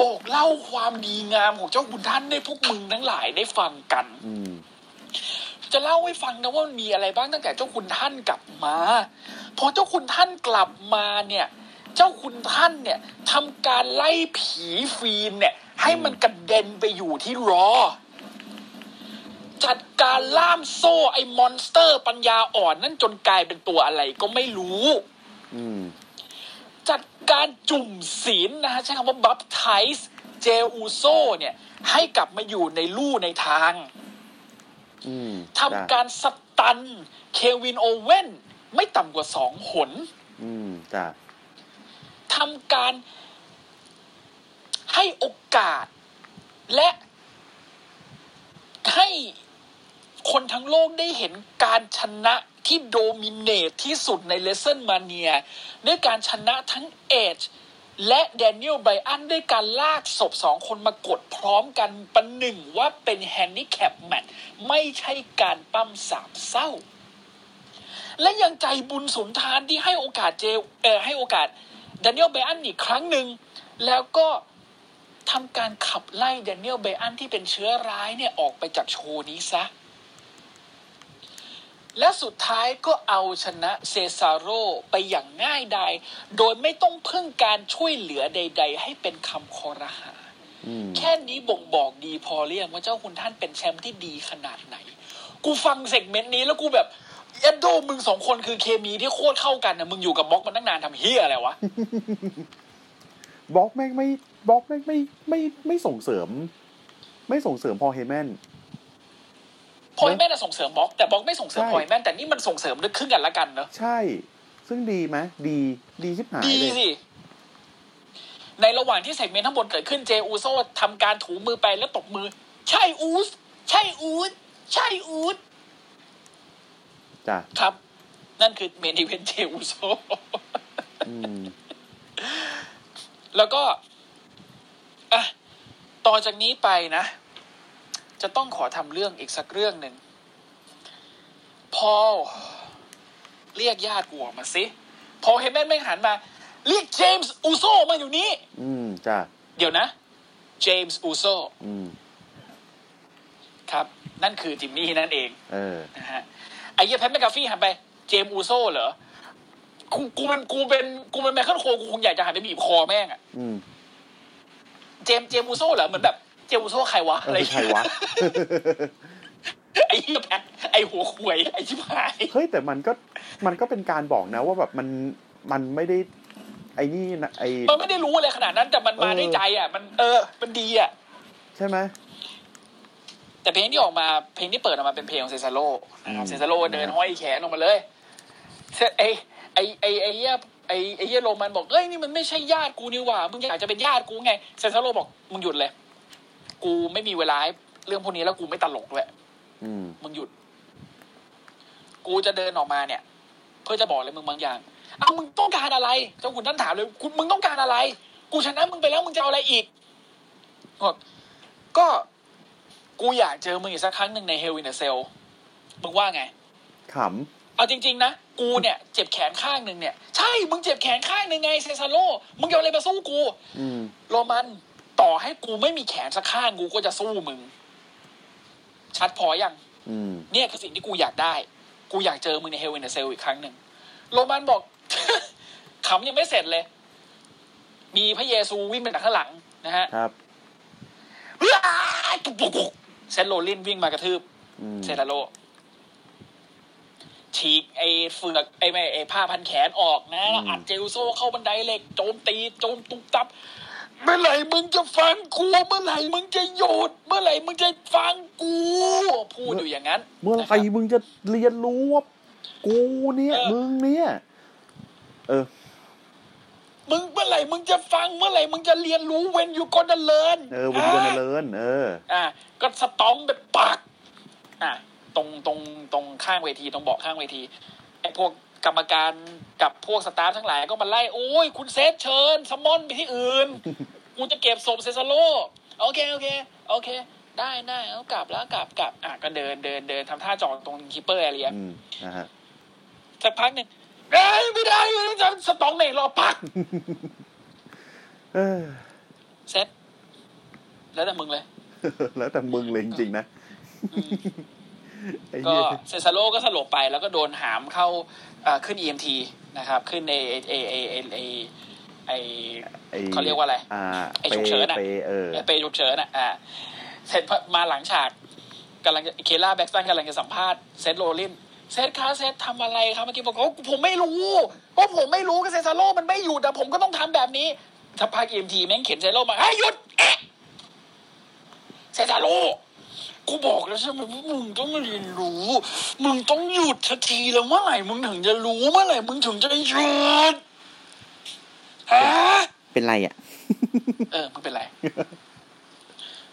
Speaker 3: บอกเล่าความดีงามของเจ้าคุณท่านให้พวกมึงทั้งหลายได้ฟังกัน
Speaker 2: อืม
Speaker 3: จะเล่าให้ฟังนะว่ามันมีอะไรบ้างตั้งแต่เจ้าคุณท่านกลับมาพอเจ้าคุณท่านกลับมาเนี่ย เจ้าคุณท่านเนี่ยทำการไล่ผีฟีนเนี่ย ให้มันกระเด็นไปอยู่ที่รอ จัดการล่ามโซ่ไอ้มอนสเตอร์ปัญญาอ่อนนั่นจนกลายเป็นตัวอะไรก็ไม่รู้
Speaker 2: อืม
Speaker 3: จัดการจุ่มศีลนะฮะใช้คำว่าบัพไทส์เจอูโซเนี่ย ให้กลับมาอยู่ในลู่ในทาง
Speaker 2: อืม
Speaker 3: ทำการสตัน เควินโอเว่น ไม่ต่ำกว่าสองหน
Speaker 2: อืมจ้ะ
Speaker 3: ทำการให้โอกาส และให้คนทั้งโลกได้เห็นการชนะที่โดมิเนตที่สุดในเลเซนมาเนียด้วยการชนะทั้งเอจและแดเนียลไบอันด้วยการลากศพสองคนมากดพร้อมกันประหนึ่งว่าเป็นแฮนดิแคปแมตช์ไม่ใช่การปั้มสามเศร้า และยังใจบุญสุนทานที่ให้โอกาสเจเออให้โอกาสแดเนียลไบอันอีกครั้งหนึ่ง แล้วก็ทำการขับไล่แดเนียลไบอันที่เป็นเชื้อร้ายเนี่ยออกไปจากโชว์นี้ซะ และสุดท้ายก็เอาชนะเซซาโรไปอย่างง่ายดายโดยไม่ต้องพึ่งการช่วยเหลือใด ๆ ให้เป็นคำคอรหา
Speaker 2: อืม
Speaker 3: แค่นี้บ่งบอกดีพอเรียงว่าเจ้าคุณท่านเป็นแชมป์ที่ดีขนาดไหน กูฟังเซกเมนต์นี้แล้วกูแบบเอ็ดโดมึงสองคนคือเคมีที่โคตรเข้ากันนะมึงอยู่กับบล็อกมันตั้งนานทำเฮียอะไร วะ
Speaker 2: บล็อกแม่งไม่บล็อกแม่งไม่ไม่ไม่ส่งเสริม ไม่ส่งเสริมพอเฮแมน
Speaker 3: พอยแม่น่ะส่งเสริมบล็อกแต่บล็อกไม่ส่งเสริม
Speaker 2: ใช่
Speaker 3: พอยแม่นแต่นี่มันส่งเสริมด้วยครึ่งกันละกันเนอะ
Speaker 2: ใช่ ซึ่งดีไหมดีดีชิบหาย
Speaker 3: ดี
Speaker 2: เลย
Speaker 3: สิ ในระหว่างที่เซกเมนต์ทั้งหมดเกิดขึ้นเจอูโซทำการถูมือไปแล้วตบมือ ใช่อูสใช่อูสใช่อูส
Speaker 2: จ้ะ
Speaker 3: ครับ นั่นคือเมนอีเวนต์เจอูโซ
Speaker 2: อืม
Speaker 3: แล้วก็อ่ะต่อจากนี้ไปนะ จะต้องขอทำเรื่องอีกสักเรื่องหนึ่ง พอลเรียกญาติกูออกมาสิ พอลเฮเมนไม่งหันมา เรียกเจมส์อูโซมาอยู่นี้
Speaker 2: อืมจ้ะ
Speaker 3: เดี๋ยวนะ เจมส์อูโซ
Speaker 2: อืม
Speaker 3: ครับ นั่นคือจิมมี่นั่นเอง
Speaker 2: เออ
Speaker 3: นะฮะไอ้เหี้ยแพทแมคกาฟี่หันไป เจมส์อูโซเหรอ กูกูเป็นกูเป็นกูเป็นแมคเคิลโคกูคงอยากจะหันไปบีบคอแม่งอะ
Speaker 2: อืม
Speaker 3: เจมส์เจมส์อูโซเหรอเหมือนแบบเจมส์อูโซใครวะ
Speaker 2: เอ
Speaker 3: อะไร
Speaker 2: อใคร วะ
Speaker 3: ไอ้เหี้ยแพทไอ้หัวควยไอ้ชิบหาย
Speaker 2: เฮ้ยแต่มันก็มันก็เป็นการบอกนะว่าแบบมันมันไม่ได้ ไอ้นี่นะไอ้
Speaker 3: มันไม่ได้รู้อะไรขนาดนั้น แต่มันมา
Speaker 2: เออ
Speaker 3: ด้วยใจอ่ะ มันเออ มันดีอ่ะ
Speaker 2: ใช่ไหม
Speaker 3: แต่เพลงที่ออกมาเพลงที่เปิดออกมาเป็นเพลงของเซซาโลนะครับ
Speaker 2: อืม
Speaker 3: เซซาโลเดินห้อยแขนออกมาเลยเซไอ้ไอ้ไอ้ไอ้เหี้ยไอ้ไอ้เหี้ยโรมันบอกเอ้ยนี่มันไม่ใช่ญาติกูนี่หว่ามึงอยากจะเป็นญาติกูไงเซซาโลบอกมึงหยุดเลย กูไม่มีเวลาให้เรื่องพวกนี้แล้วกูไม่ตลกด้วย
Speaker 2: อืม
Speaker 3: มึงหยุด กูจะเดินออกมาเนี่ย เพื่อจะบอกอะไรมึงบางอย่าง เอามึงต้องการอะไร เจ้าคุณท่านถามเลยคุณมึงต้องการอะไร กูชนะมึงไปแล้วมึงจะเอาอะไรอีกบอกก็ กูอยากเจอมึงอีกสักครั้งหนึ่งในเฮลวินเซล มึงว่าไง
Speaker 2: ข
Speaker 3: เอาจริง ๆ นะ กูเนี่ย เจ็บแขนข้างหนึ่งเนี่ย ใช่ มึงเจ็บแขนข้างหนึ่งไงเซซาโล มึงจะเอาอะไรมาสู้กู
Speaker 2: ำอืม
Speaker 3: โรมัน ต่อให้กูไม่มีแขนสักข้างกูก็จะสู้มึง ชัดพอยัง
Speaker 2: อืม
Speaker 3: เนี่ยคือสิ่งที่กูอยากได้ กูอยากเจอมึงในเฮลเวนเซลอีกครั้งหนึ่ง โรมันบอก ขำยังไม่เสร็จเลย มีพระเยซูวิ่งมาจากข้างหลังนะฮะ
Speaker 2: ครับ
Speaker 3: อ้าวตุ๊กตุ๊กตุ๊กเซนต์โรลินวิ่งมากระทืบ
Speaker 2: อืม
Speaker 3: เซตาโรฉีกไอ้เฟือกไอ้ไม่ไอ้ผ้าพันแขนออกนะแล้วอัดเจลโซ่เข้าบันไดเหล็ก โจมตี โจมตุบตับ เมื่อไหร่มึงจะฟังกูเมื่อไหร่มึงจะหยุดเมื่อไหร่มึงจะฟังกู พูดอยู่อย่างนั้น
Speaker 2: เมื่อไห
Speaker 3: นะค
Speaker 2: ร่
Speaker 3: บ
Speaker 2: มึงจะเรียนรู้ว่ากูเนี่ย
Speaker 3: เออ
Speaker 2: มึงเนี่ย เออ
Speaker 3: มึงเมื่อไหร่มึงจะฟังเมื่อไหร่มึงจะเรียนรู้เวนอยู่ก n นเลิน
Speaker 2: เออวุนกันเลินเออ
Speaker 3: อ่ะก็สตอมแบบปากอ่ะตรงตรงตรงข้างเวทีตรงเบาะข้างเวทีไอ้พวกกรรมการกับพวกสตาฟทั้งหลายก็มาไล่โอ้ยคุณเซฟเชิญสมอนไปที่อื่ น กูจะเก็บศพเซซาโลโอเคโอเค โอเค ได้ได้เอากลับแล้วกลับกลับอ่ะก็เดินเดินเดินทำท่าจอดตรงคิปเปอร์แอเรีย
Speaker 2: อืมนะฮะ
Speaker 3: สักพักหนึ่งเอ้ยไม่ได้ไม่ได้สตองเหน่งรอปัก
Speaker 2: เอ อ
Speaker 3: เซตแล้วแต่มึงเลย
Speaker 2: แล้วแต่มึงเลยจริงๆนะไอ้
Speaker 3: ก็
Speaker 2: เหี้ย
Speaker 3: เซซาโลก็สลบไปแล้วก็โดนหามเข้าเอ่อขึ้น EMT นะครับ ขึ้นในไอไอไอไอไอไอ
Speaker 2: ไอ้
Speaker 3: เขาเรียกว่าอะไร
Speaker 2: อ่า
Speaker 3: ไอ้ฉุกเฉินอะ
Speaker 2: เปย์เออ
Speaker 3: ไอ้เปรย์ฉุกเฉินอ่ะอ่าเสร็จพอมาหลังฉากกำลังจะเคล่าแบ็กซันกำลังจะสัมภาษณ์เซตโรลินเซตคะเซตทำอะไรครับเมื่อกี้บอกว่าผมไม่รู้เพราะผมไม่รู้ก็เซซาโลมันไม่อยู่แต่ผมก็ต้องทำแบบนี้ถ้าพาก EMT แม่งเข็นเซซาโลมาเฮ้ยหยุดเอ๊ะเซซาโลกูบอกแล้วใช่ไหมว่ามึงต้องเรียนรู้ มึงต้องหยุดสักทีแล้วเมื่อไหร่มึงถึงจะรู้เมื่อไหร่มึงถึงจะหยุดฮะ
Speaker 2: เป็นไรอ่ะ
Speaker 3: เออ มันเป็นไร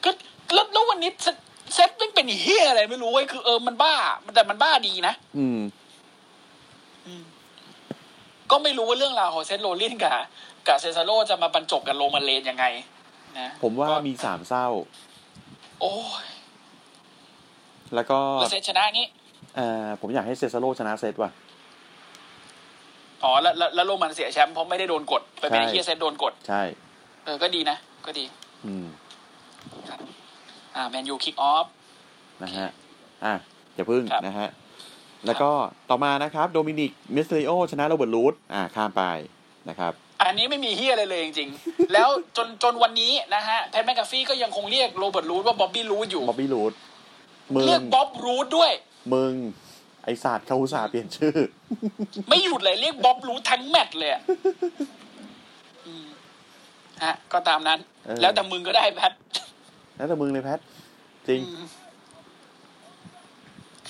Speaker 3: ก็แล้วแล้ววันนี้เซเซตมันเป็นเฮียอะไรไม่รู้เว้ย คือเออ มันบ้า แต่มันบ้าดีนะ
Speaker 2: อืม
Speaker 3: ก็ไม่รู้ว่าเรื่องราวของเซตโรลลินกับกับเซซาโรจะมาบรรจบกับโรมันเลนยังไง นะ
Speaker 2: ผมว่า
Speaker 3: ก็
Speaker 2: มีสามเศร้า
Speaker 3: โอ้ย
Speaker 2: แล้วก็
Speaker 3: แล้วเซตชนะงี้
Speaker 2: เอ่อผมอยากให้เซซาโรชนะเซตว่ะ
Speaker 3: อ๋อ แล้วแล้วแล้วโรมันเสียแชมป์เพราะไม่ได้โดนกด ไปเป็นไอ้เฮียเซตโดนกด
Speaker 2: ใช่
Speaker 3: เออ ก็ดีนะ ก็ดี
Speaker 2: อืม
Speaker 3: อ่า แมนยูคิกออฟ
Speaker 2: นะฮะ อ่ะอย่าพึ่ง
Speaker 3: ครับ
Speaker 2: นะฮะ แล้วก็ต่อมานะครับโดมินิกมิสเตริโอชนะโรเบิร์ตรูธอ่าข้ามไปนะครับ
Speaker 3: อันนี้ไม่มีเฮียอะไรเลยจริงๆ แล้วจนจนวันนี้นะฮะ แพทแมคกาฟี่ก็ยังคงเรียกโรเบิร์ตรูดว่าบ๊อบบี้รูดอยู่
Speaker 2: บ๊อบบี้รูธมึง
Speaker 3: เรียกบ๊อบรูดด้วย
Speaker 2: มึง ไอศาสตร์เขาอุตส่าห์เปลี่ยนชื่อ
Speaker 3: ไม่หยุดเลยเรียกบ๊อบรู้ทั้งแมตช์เลยอะอืมฮะ ก็ตามนั้น
Speaker 2: เออ
Speaker 3: แล้วแต่มึงก็ได้แพท
Speaker 2: แล้วแต่มึงเลยแพท จริง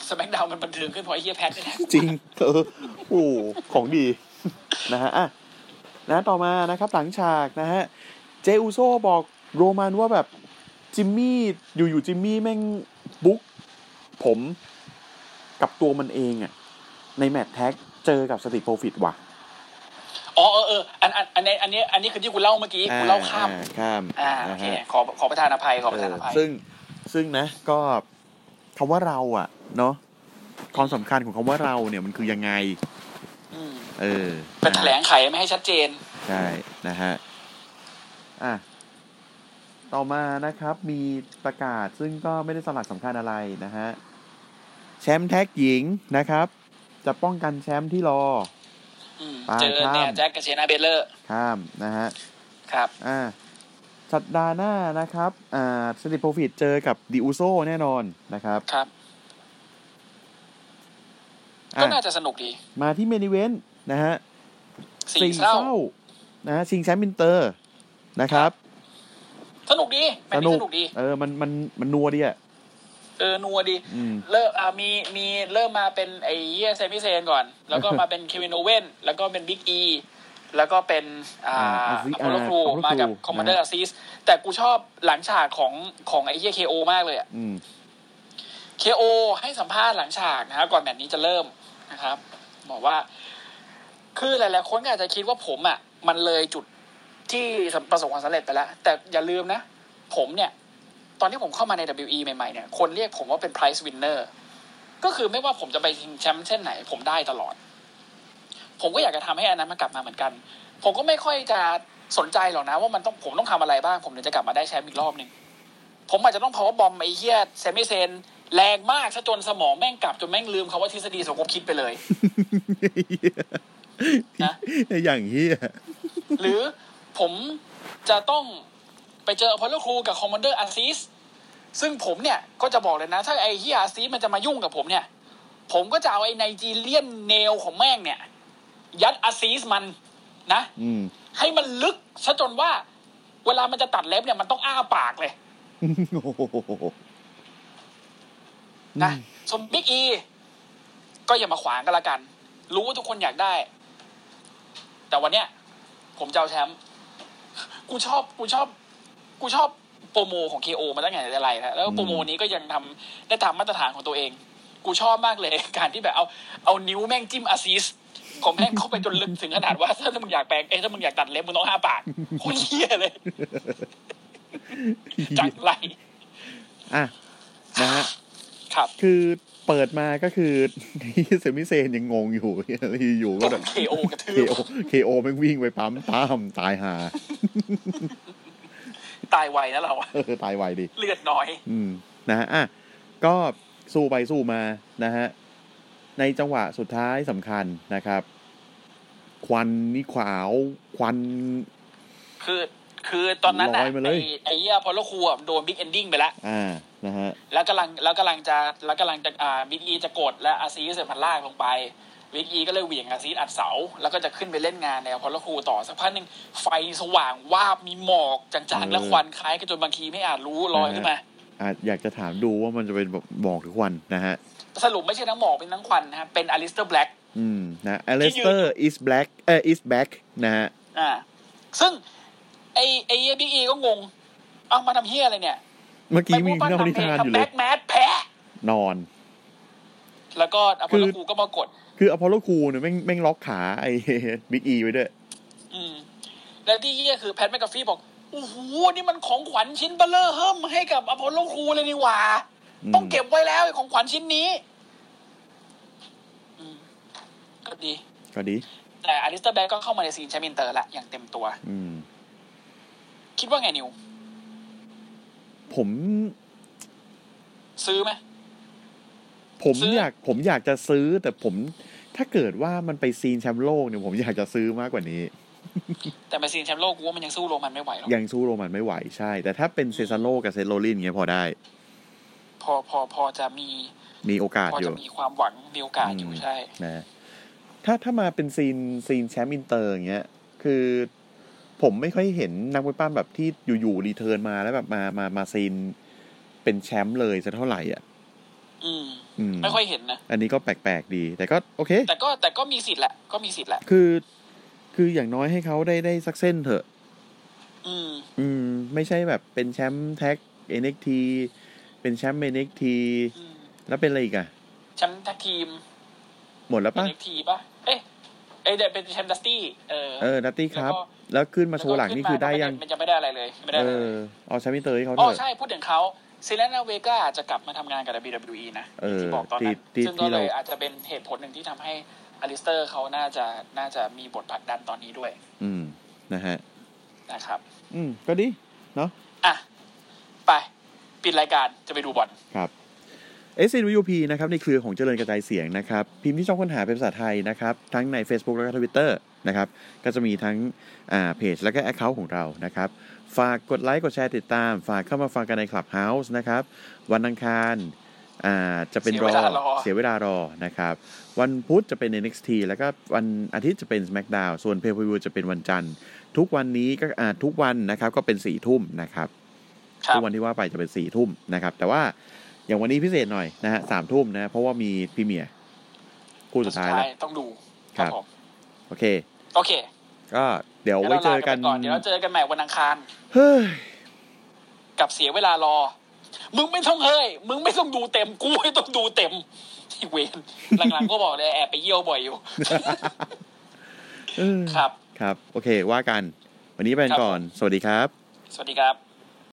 Speaker 3: สแมกดาวมันบันเทิงขึ้นเพราะไอ้เฮียแพทนี่แหละ
Speaker 2: จริง เออ โอ้โหของดี นะฮะ อ่ะ นะต่อมานะครับ หลังฉากนะฮะ เจอุโซบอกโรมันว่าแบบ จิมมี่ อยู่ๆจิมมี่แม่งบุ๊กผมกับตัวมันเองอะในแมตช์แท็กเจอกับสติโปรฟิตว่ะ
Speaker 3: อ๋อเออเอออันอันอันนี้อันนี้อันนี้คือที่คุณเล่าเมื่อกี้คุณเล่าข้าม
Speaker 2: อ่ข้าม
Speaker 3: อ่าโอ
Speaker 2: นะ
Speaker 3: เค
Speaker 2: ฮะ
Speaker 3: ขอขอประทานอภัยขอประทานอภัย
Speaker 2: เออซึ่งซึ่งนะก็คำว่าเราอะเนาะความสำคัญของคำว่าเราเนี่ยมันคือยังไง
Speaker 3: อืม
Speaker 2: เออ
Speaker 3: เป็นแถลงไขไม่ให้ชัดเจน
Speaker 2: ใช่นะฮะอ่ะต่อมานะครับ มีประกาศซึ่งก็ไม่ได้สลักสำคัญอะไรนะฮะ แชมป์แท็กหญิงนะครับ จะป้องกันแชมป์ที่รอ
Speaker 3: อืม
Speaker 2: อ่า
Speaker 3: เจอเนี่ย
Speaker 2: ข้าม
Speaker 3: แจ็คกับเชนาเบลเลอร์
Speaker 2: ข้ามนะฮะ
Speaker 3: ครับ
Speaker 2: อ่าสัปดาห์หน้านะครับ อ่าสติโปรฟิตเจอกับดิอุโซแน่นอนนะครับ
Speaker 3: ครับ
Speaker 2: อ่ะ
Speaker 3: ก็น่าจะสนุกดี
Speaker 2: มาที่เมนิเวนนะฮะ
Speaker 3: สี่เศร้า
Speaker 2: นะฮะชิงแชมป์อินเตอร์นะครับ
Speaker 3: สนุกดีแมตช์นี้สนุกดี
Speaker 2: เออมันมันมันนัวดีอ่ะ
Speaker 3: เออนัวดี
Speaker 2: อืม
Speaker 3: เริ่มอ่ามีมีเริ่มมาเป็นไอ้เหี้ยเซมิเซนก่อน แล้วก็ มาเป็นเควินโอเว่นแล้วก็เป็นบิ๊กอีแล้วก็เป็นอ่า
Speaker 2: อ่า Aziz
Speaker 3: อัพโลครู
Speaker 2: อ่า Apollo
Speaker 3: มากับ
Speaker 2: Crew
Speaker 3: คอมมานเดอร์
Speaker 2: นะฮะ
Speaker 3: อาซิสแต่กูชอบหลังฉากของของไอ้เหี้ยเคโอมากเลยอะ
Speaker 2: อืม
Speaker 3: เคโอให้สัมภาษณ์หลังฉากนะฮะก่อนแมตช์นี้จะเริ่มนะครับ บอกว่า คือหลายๆคนก็อาจจะคิดว่าผมอ่ะ มันเลยจุดที่ประสบความสำเร็จไปแล้ว แต่อย่าลืมนะ ผมเนี่ย ตอนที่ผมเข้ามาใน WE ใหม่ๆ เนี่ย คนเรียกผมว่าเป็น prize winner ก็คือไม่ว่าผมจะไปชิงแชมป์เช่นไหน ผมได้ตลอด ผมก็อยากจะทำให้อันนั้นมันกลับมาเหมือนกัน ผมก็ไม่ค่อยจะ สนใจหรอกนะว่ามันต้องผมต้องทำอะไรบ้าง ผมถึงจะกลับมาได้แชมป์อีกรอบหนึ่งผมอาจจะต้องพาวเวอร์บอมไอ้เฮียเซมิเซนแรงมากซะจนสมองแม่งกลับจนแม่งลืมคำว่าทฤษฎีสมคบคิดไปเลย นะ
Speaker 2: อย่างเฮีย
Speaker 3: หรือผมจะต้องไปเจออพอลโลครูกับคอมมานเดอร์อาซีสซึ่งผมเนี่ยก็จะบอกเลยนะ ถ้าไอ้เฮียอาซีสมันจะมายุ่งกับผมเนี่ย ผมก็จะเอาไอ้ไนจีเรียนเนลของแม่งเนี่ย ยัดอาซีสมันนะ
Speaker 2: อืม
Speaker 3: ให้มันลึกซะจนว่า เวลามันจะตัดเล็บเนี่ยมันต้องอ้าปากเลย
Speaker 2: โอ้โห
Speaker 3: นะส่วนบิ๊กอีก็อย่ามาขวางกันละกัน รู้ว่าทุกคนอยากได้ แต่วันเนี้ย ผมจะเอาแชมป์กูชอบกูชอบ กูชอบโปรโมของ KO มาตั้งแต่ไหนแต่ไรนะแล้วโปรโมนี้ก็ยังทำได้ตามมาตรฐานของตัวเอง กูชอบมากเลย การที่แบบเอาเอานิ้วแม่งจิ้มอาซีสของแม่งเข้าไปจนลึกถึงขนาดว่า ถ้ามึงอยากแปลงเอ้ยถ้ามึงอยากตัดเล็บมึงต้องอ้าปากโคตรเหี้ย เลยจัดไร
Speaker 2: อ่ะนะฮะ
Speaker 3: ครับ
Speaker 2: คือเปิดมาก็คือ เซมิเซนยังงงอยู่ อะไรอยู่
Speaker 3: ก็
Speaker 2: ก็แบบ
Speaker 3: โดน KO กระทื
Speaker 2: เค
Speaker 3: บ
Speaker 2: โอเคโอแม่งวิ่งไปปั๊มตามตาย หา
Speaker 3: ตายไวนะเราอะ
Speaker 2: เออตายไวดิ
Speaker 3: เลือดน้อย
Speaker 2: อืมนะฮะอ่ะก็สู้ไปสู้มานะฮะ ในจังหวะสุดท้ายสำคัญนะครับ ควันนี่ขาวควัน
Speaker 3: คือคือตอนนั้นน่ะ
Speaker 2: ลอยมาเล
Speaker 3: ไอย ไอ้เหี้ยพอลครูอะโดนบิ๊กเอนดิ้งไปแล้ว
Speaker 2: อ่านะฮะ
Speaker 3: แล้วกำลังแล้วกำลังจะแล้วกำลังจะอ่าบิ๊กอีจะกดและอาซีสมันลากลงไปบิ๊กอีก็เลยเหวี่ยงอาซีสอัดเสา แล้วก็จะขึ้นไปเล่นงานในพอลครูต่อสักพักหนึ่งไฟสว่างวาบมีหมอกจางๆ และควันคล้ายกันจนบางทีไม่อาจรู้ลอยขึ้นมา
Speaker 2: อาจอยากจะถามดูว่ามันจะเป็นแบบบอกหรือควันนะฮะ
Speaker 3: สรุปไม่ใช่ทั้งหมอกเป็นทั้งควันนะฮะเป็นอลิสเตอร์แบล็ก
Speaker 2: อืมนะอเลสเตอร์ is black เออ is back นะฮะ
Speaker 3: อ่า ซึ่งไอ้ไอ้บิ๊กอีก็งงเอามาทำเฮียอะไรเนี่ย
Speaker 2: เมื่อกี้มี
Speaker 3: ปั้
Speaker 2: เล่านิทานอยู่เล
Speaker 3: แบ็
Speaker 2: ย
Speaker 3: กแมสแพ้
Speaker 2: นอน
Speaker 3: แล้วก็อพอล
Speaker 2: คือ
Speaker 3: โลครูก็มากด
Speaker 2: คืออพอลโลคูเนี่ยแม่งแม่งล็อกขาไอ้ บิ๊กอีไว้ด้วย
Speaker 3: อืมและที่เยี่ยคือแพทแมคกาฟีบอกโอ้โหนี่มันของขวัญชิ้นเบลเลอร์เฮิมให้กับอพอลโลครูเลยนี่หว่า
Speaker 2: อืม
Speaker 3: ต้องเก็บไว้แล้วไอ้ของขวัญชิ้นนี้ อืมก็ดี
Speaker 2: ก็ดี
Speaker 3: แต่อาริสเตอร์แบงก็เข้ามาในซีนแชมป์อินเตอร์ละอย่างเต็มตัว
Speaker 2: อืม
Speaker 3: คิดว่าไงนิว
Speaker 2: ผม
Speaker 3: ซื้อไหม
Speaker 2: ผม
Speaker 3: ซื้อ
Speaker 2: อ
Speaker 3: อ
Speaker 2: ยากผมอยากจะซื้อแต่ผมถ้าเกิดว่ามันไปซีนแชมป์โลกเนี่ยผมอยากจะซื้อมากกว่านี้
Speaker 3: แต่มาซีนแชมป์โลกกูว่ามันยังสู้โรมันไม่ไหวหรอก
Speaker 2: ยังสู้โรมันไม่ไหวใช่ แต่ถ้าเป็นเซซาโลกับเซโรลินเงี้ยพอได้
Speaker 3: พอพอพอจะมี
Speaker 2: มีโอกาส
Speaker 3: พอ
Speaker 2: อ
Speaker 3: จะ
Speaker 2: ยู่
Speaker 3: มีความหวังมีโอกาสอยู่ใช่
Speaker 2: นะถ้าถ้ามาเป็นซีนซีนแชมป์อินเตอร์อย่างเงี้ยคือผมไม่ค่อยเห็นนักมวยปั้มแบบที่อยู่ๆรีเทิร์นมาแล้วแบบมามามาซีนเป็นแชมป์เลยจะเท่าไหร่อ่ะ
Speaker 3: อืม
Speaker 2: อืม
Speaker 3: ไม่ค่อยเห็นนะ
Speaker 2: อันนี้ก็แปลกๆดี แต่ก็โอเค
Speaker 3: แต่ก็แต่ก็มีสิทธิ์แหละ ก็มีสิทธิ์แหละ
Speaker 2: คือคืออย่างน้อยให้เขาได้ได้สักเส้นเถอะ
Speaker 3: อืม
Speaker 2: อืม ไม่ใช่แบบเป็นแชมป์แท็ก NXT เป็นแชมป์ NXT
Speaker 3: อืม
Speaker 2: แล้วเป็นอะไรอีกอะ
Speaker 3: แชมป์แท็กทีม
Speaker 2: หมดแล้ว
Speaker 3: เป็น
Speaker 2: ปะ
Speaker 3: เอ็กทีป่ะ เอ๊ะเอ้ยเดี๋ยวเป็นแชมป์ดัสตี้ เออ
Speaker 2: เออดัตตี้ครับ แล้วขึ้นมาโชว์หลังนี่คือได้ยัง
Speaker 3: มันจะไม่ได้อะไรเลย ไม่ได้
Speaker 2: เอ
Speaker 3: อะไรเล
Speaker 2: อย เอาแชมป์อินเตอร์ให้เขา
Speaker 3: อ๋อ
Speaker 2: เถอะ
Speaker 3: ใช่ พูดถึงเขาเซเลน่าเวกาจะกลับมาทำงานกับ WWE นะ
Speaker 2: เออ
Speaker 3: ที่บอกตอนนั้น
Speaker 2: ที่ที่
Speaker 3: ซึ่งก็เลย
Speaker 2: ที่เรา
Speaker 3: อาจจะเป็นเหตุผลหนึ่งที่ทำให้อลิสเตอร์เขาน่าจะน่าจะมีบทผลักดันตอนนี้ด้วย
Speaker 2: อืม นะฮะ
Speaker 3: นะครับ
Speaker 2: อืม ก็ดี เนาะ
Speaker 3: อ่ะ ไป ปิดรายการจะไปดูบอล
Speaker 2: ครับ s n u p นะครับ ในเครือของเจริญกระจายเสียงนะครับ พิมพ์ที่ช่องค้นหาเป็นภาษาไทยนะครับ ทั้งใน Facebook แล้วก็ Twitter นะครับ ก็จะมีทั้งอ่าเพจแล้วก็ Account ของเรานะครับ ฝากกดไลค์กดแชร์ติดตาม ฝากเข้ามาฟังกันใน Clubhouse นะครับ วันอังคารอ่าจะเป็น
Speaker 3: เสียเวลารอ
Speaker 2: เสียเวลารอนะครับ วันพุธจะเป็น NXT แล้วก็วันอาทิตย์จะเป็น SmackDown ส่วน Pay-Per-View จะเป็นวันจันทร์ ทุกวันนี้ก็อ่าทุกวันนะครับก็เป็นสี่ทุ่มนะครับ
Speaker 3: ครั
Speaker 2: ทุ
Speaker 3: บ
Speaker 2: กวันที่ว่าไปจะเป็นสี่ทุ่มนะครับ แต่ว่าอย่างวันนี้พิเศษหน่อยนะฮะสามทุ่มนะ เพราะว่ามีพรีเมียร์คู่สุดท้ายแล้ว
Speaker 3: ต้องดู
Speaker 2: ครับ
Speaker 3: ผม
Speaker 2: โอเค
Speaker 3: โอเค
Speaker 2: ก็เดี๋ยว
Speaker 3: งั้น
Speaker 2: ไว้
Speaker 3: เรา
Speaker 2: เจ
Speaker 3: ลา
Speaker 2: อ
Speaker 3: กั
Speaker 2: กัน น
Speaker 3: ไปก่อนเดี๋ยวเราเจอกันใหม่วันอังคาร
Speaker 2: เฮ้ย
Speaker 3: กับเสียเวลารอ มึงไม่ต้องเฮ้ย มึงไม่ต้องดูเต็ม กูไม่ต้องดูเต็มไอ้เวนหลังๆก็บอกเลยแอบไปเยี่ยวบ่อยอยู่
Speaker 2: เออ
Speaker 3: ครับ
Speaker 2: ครับ โอเคว่ากัน วันนี้ไปกัน
Speaker 3: ครับ
Speaker 2: ก่อน สวัสดีครับ
Speaker 3: สวัสดีครับ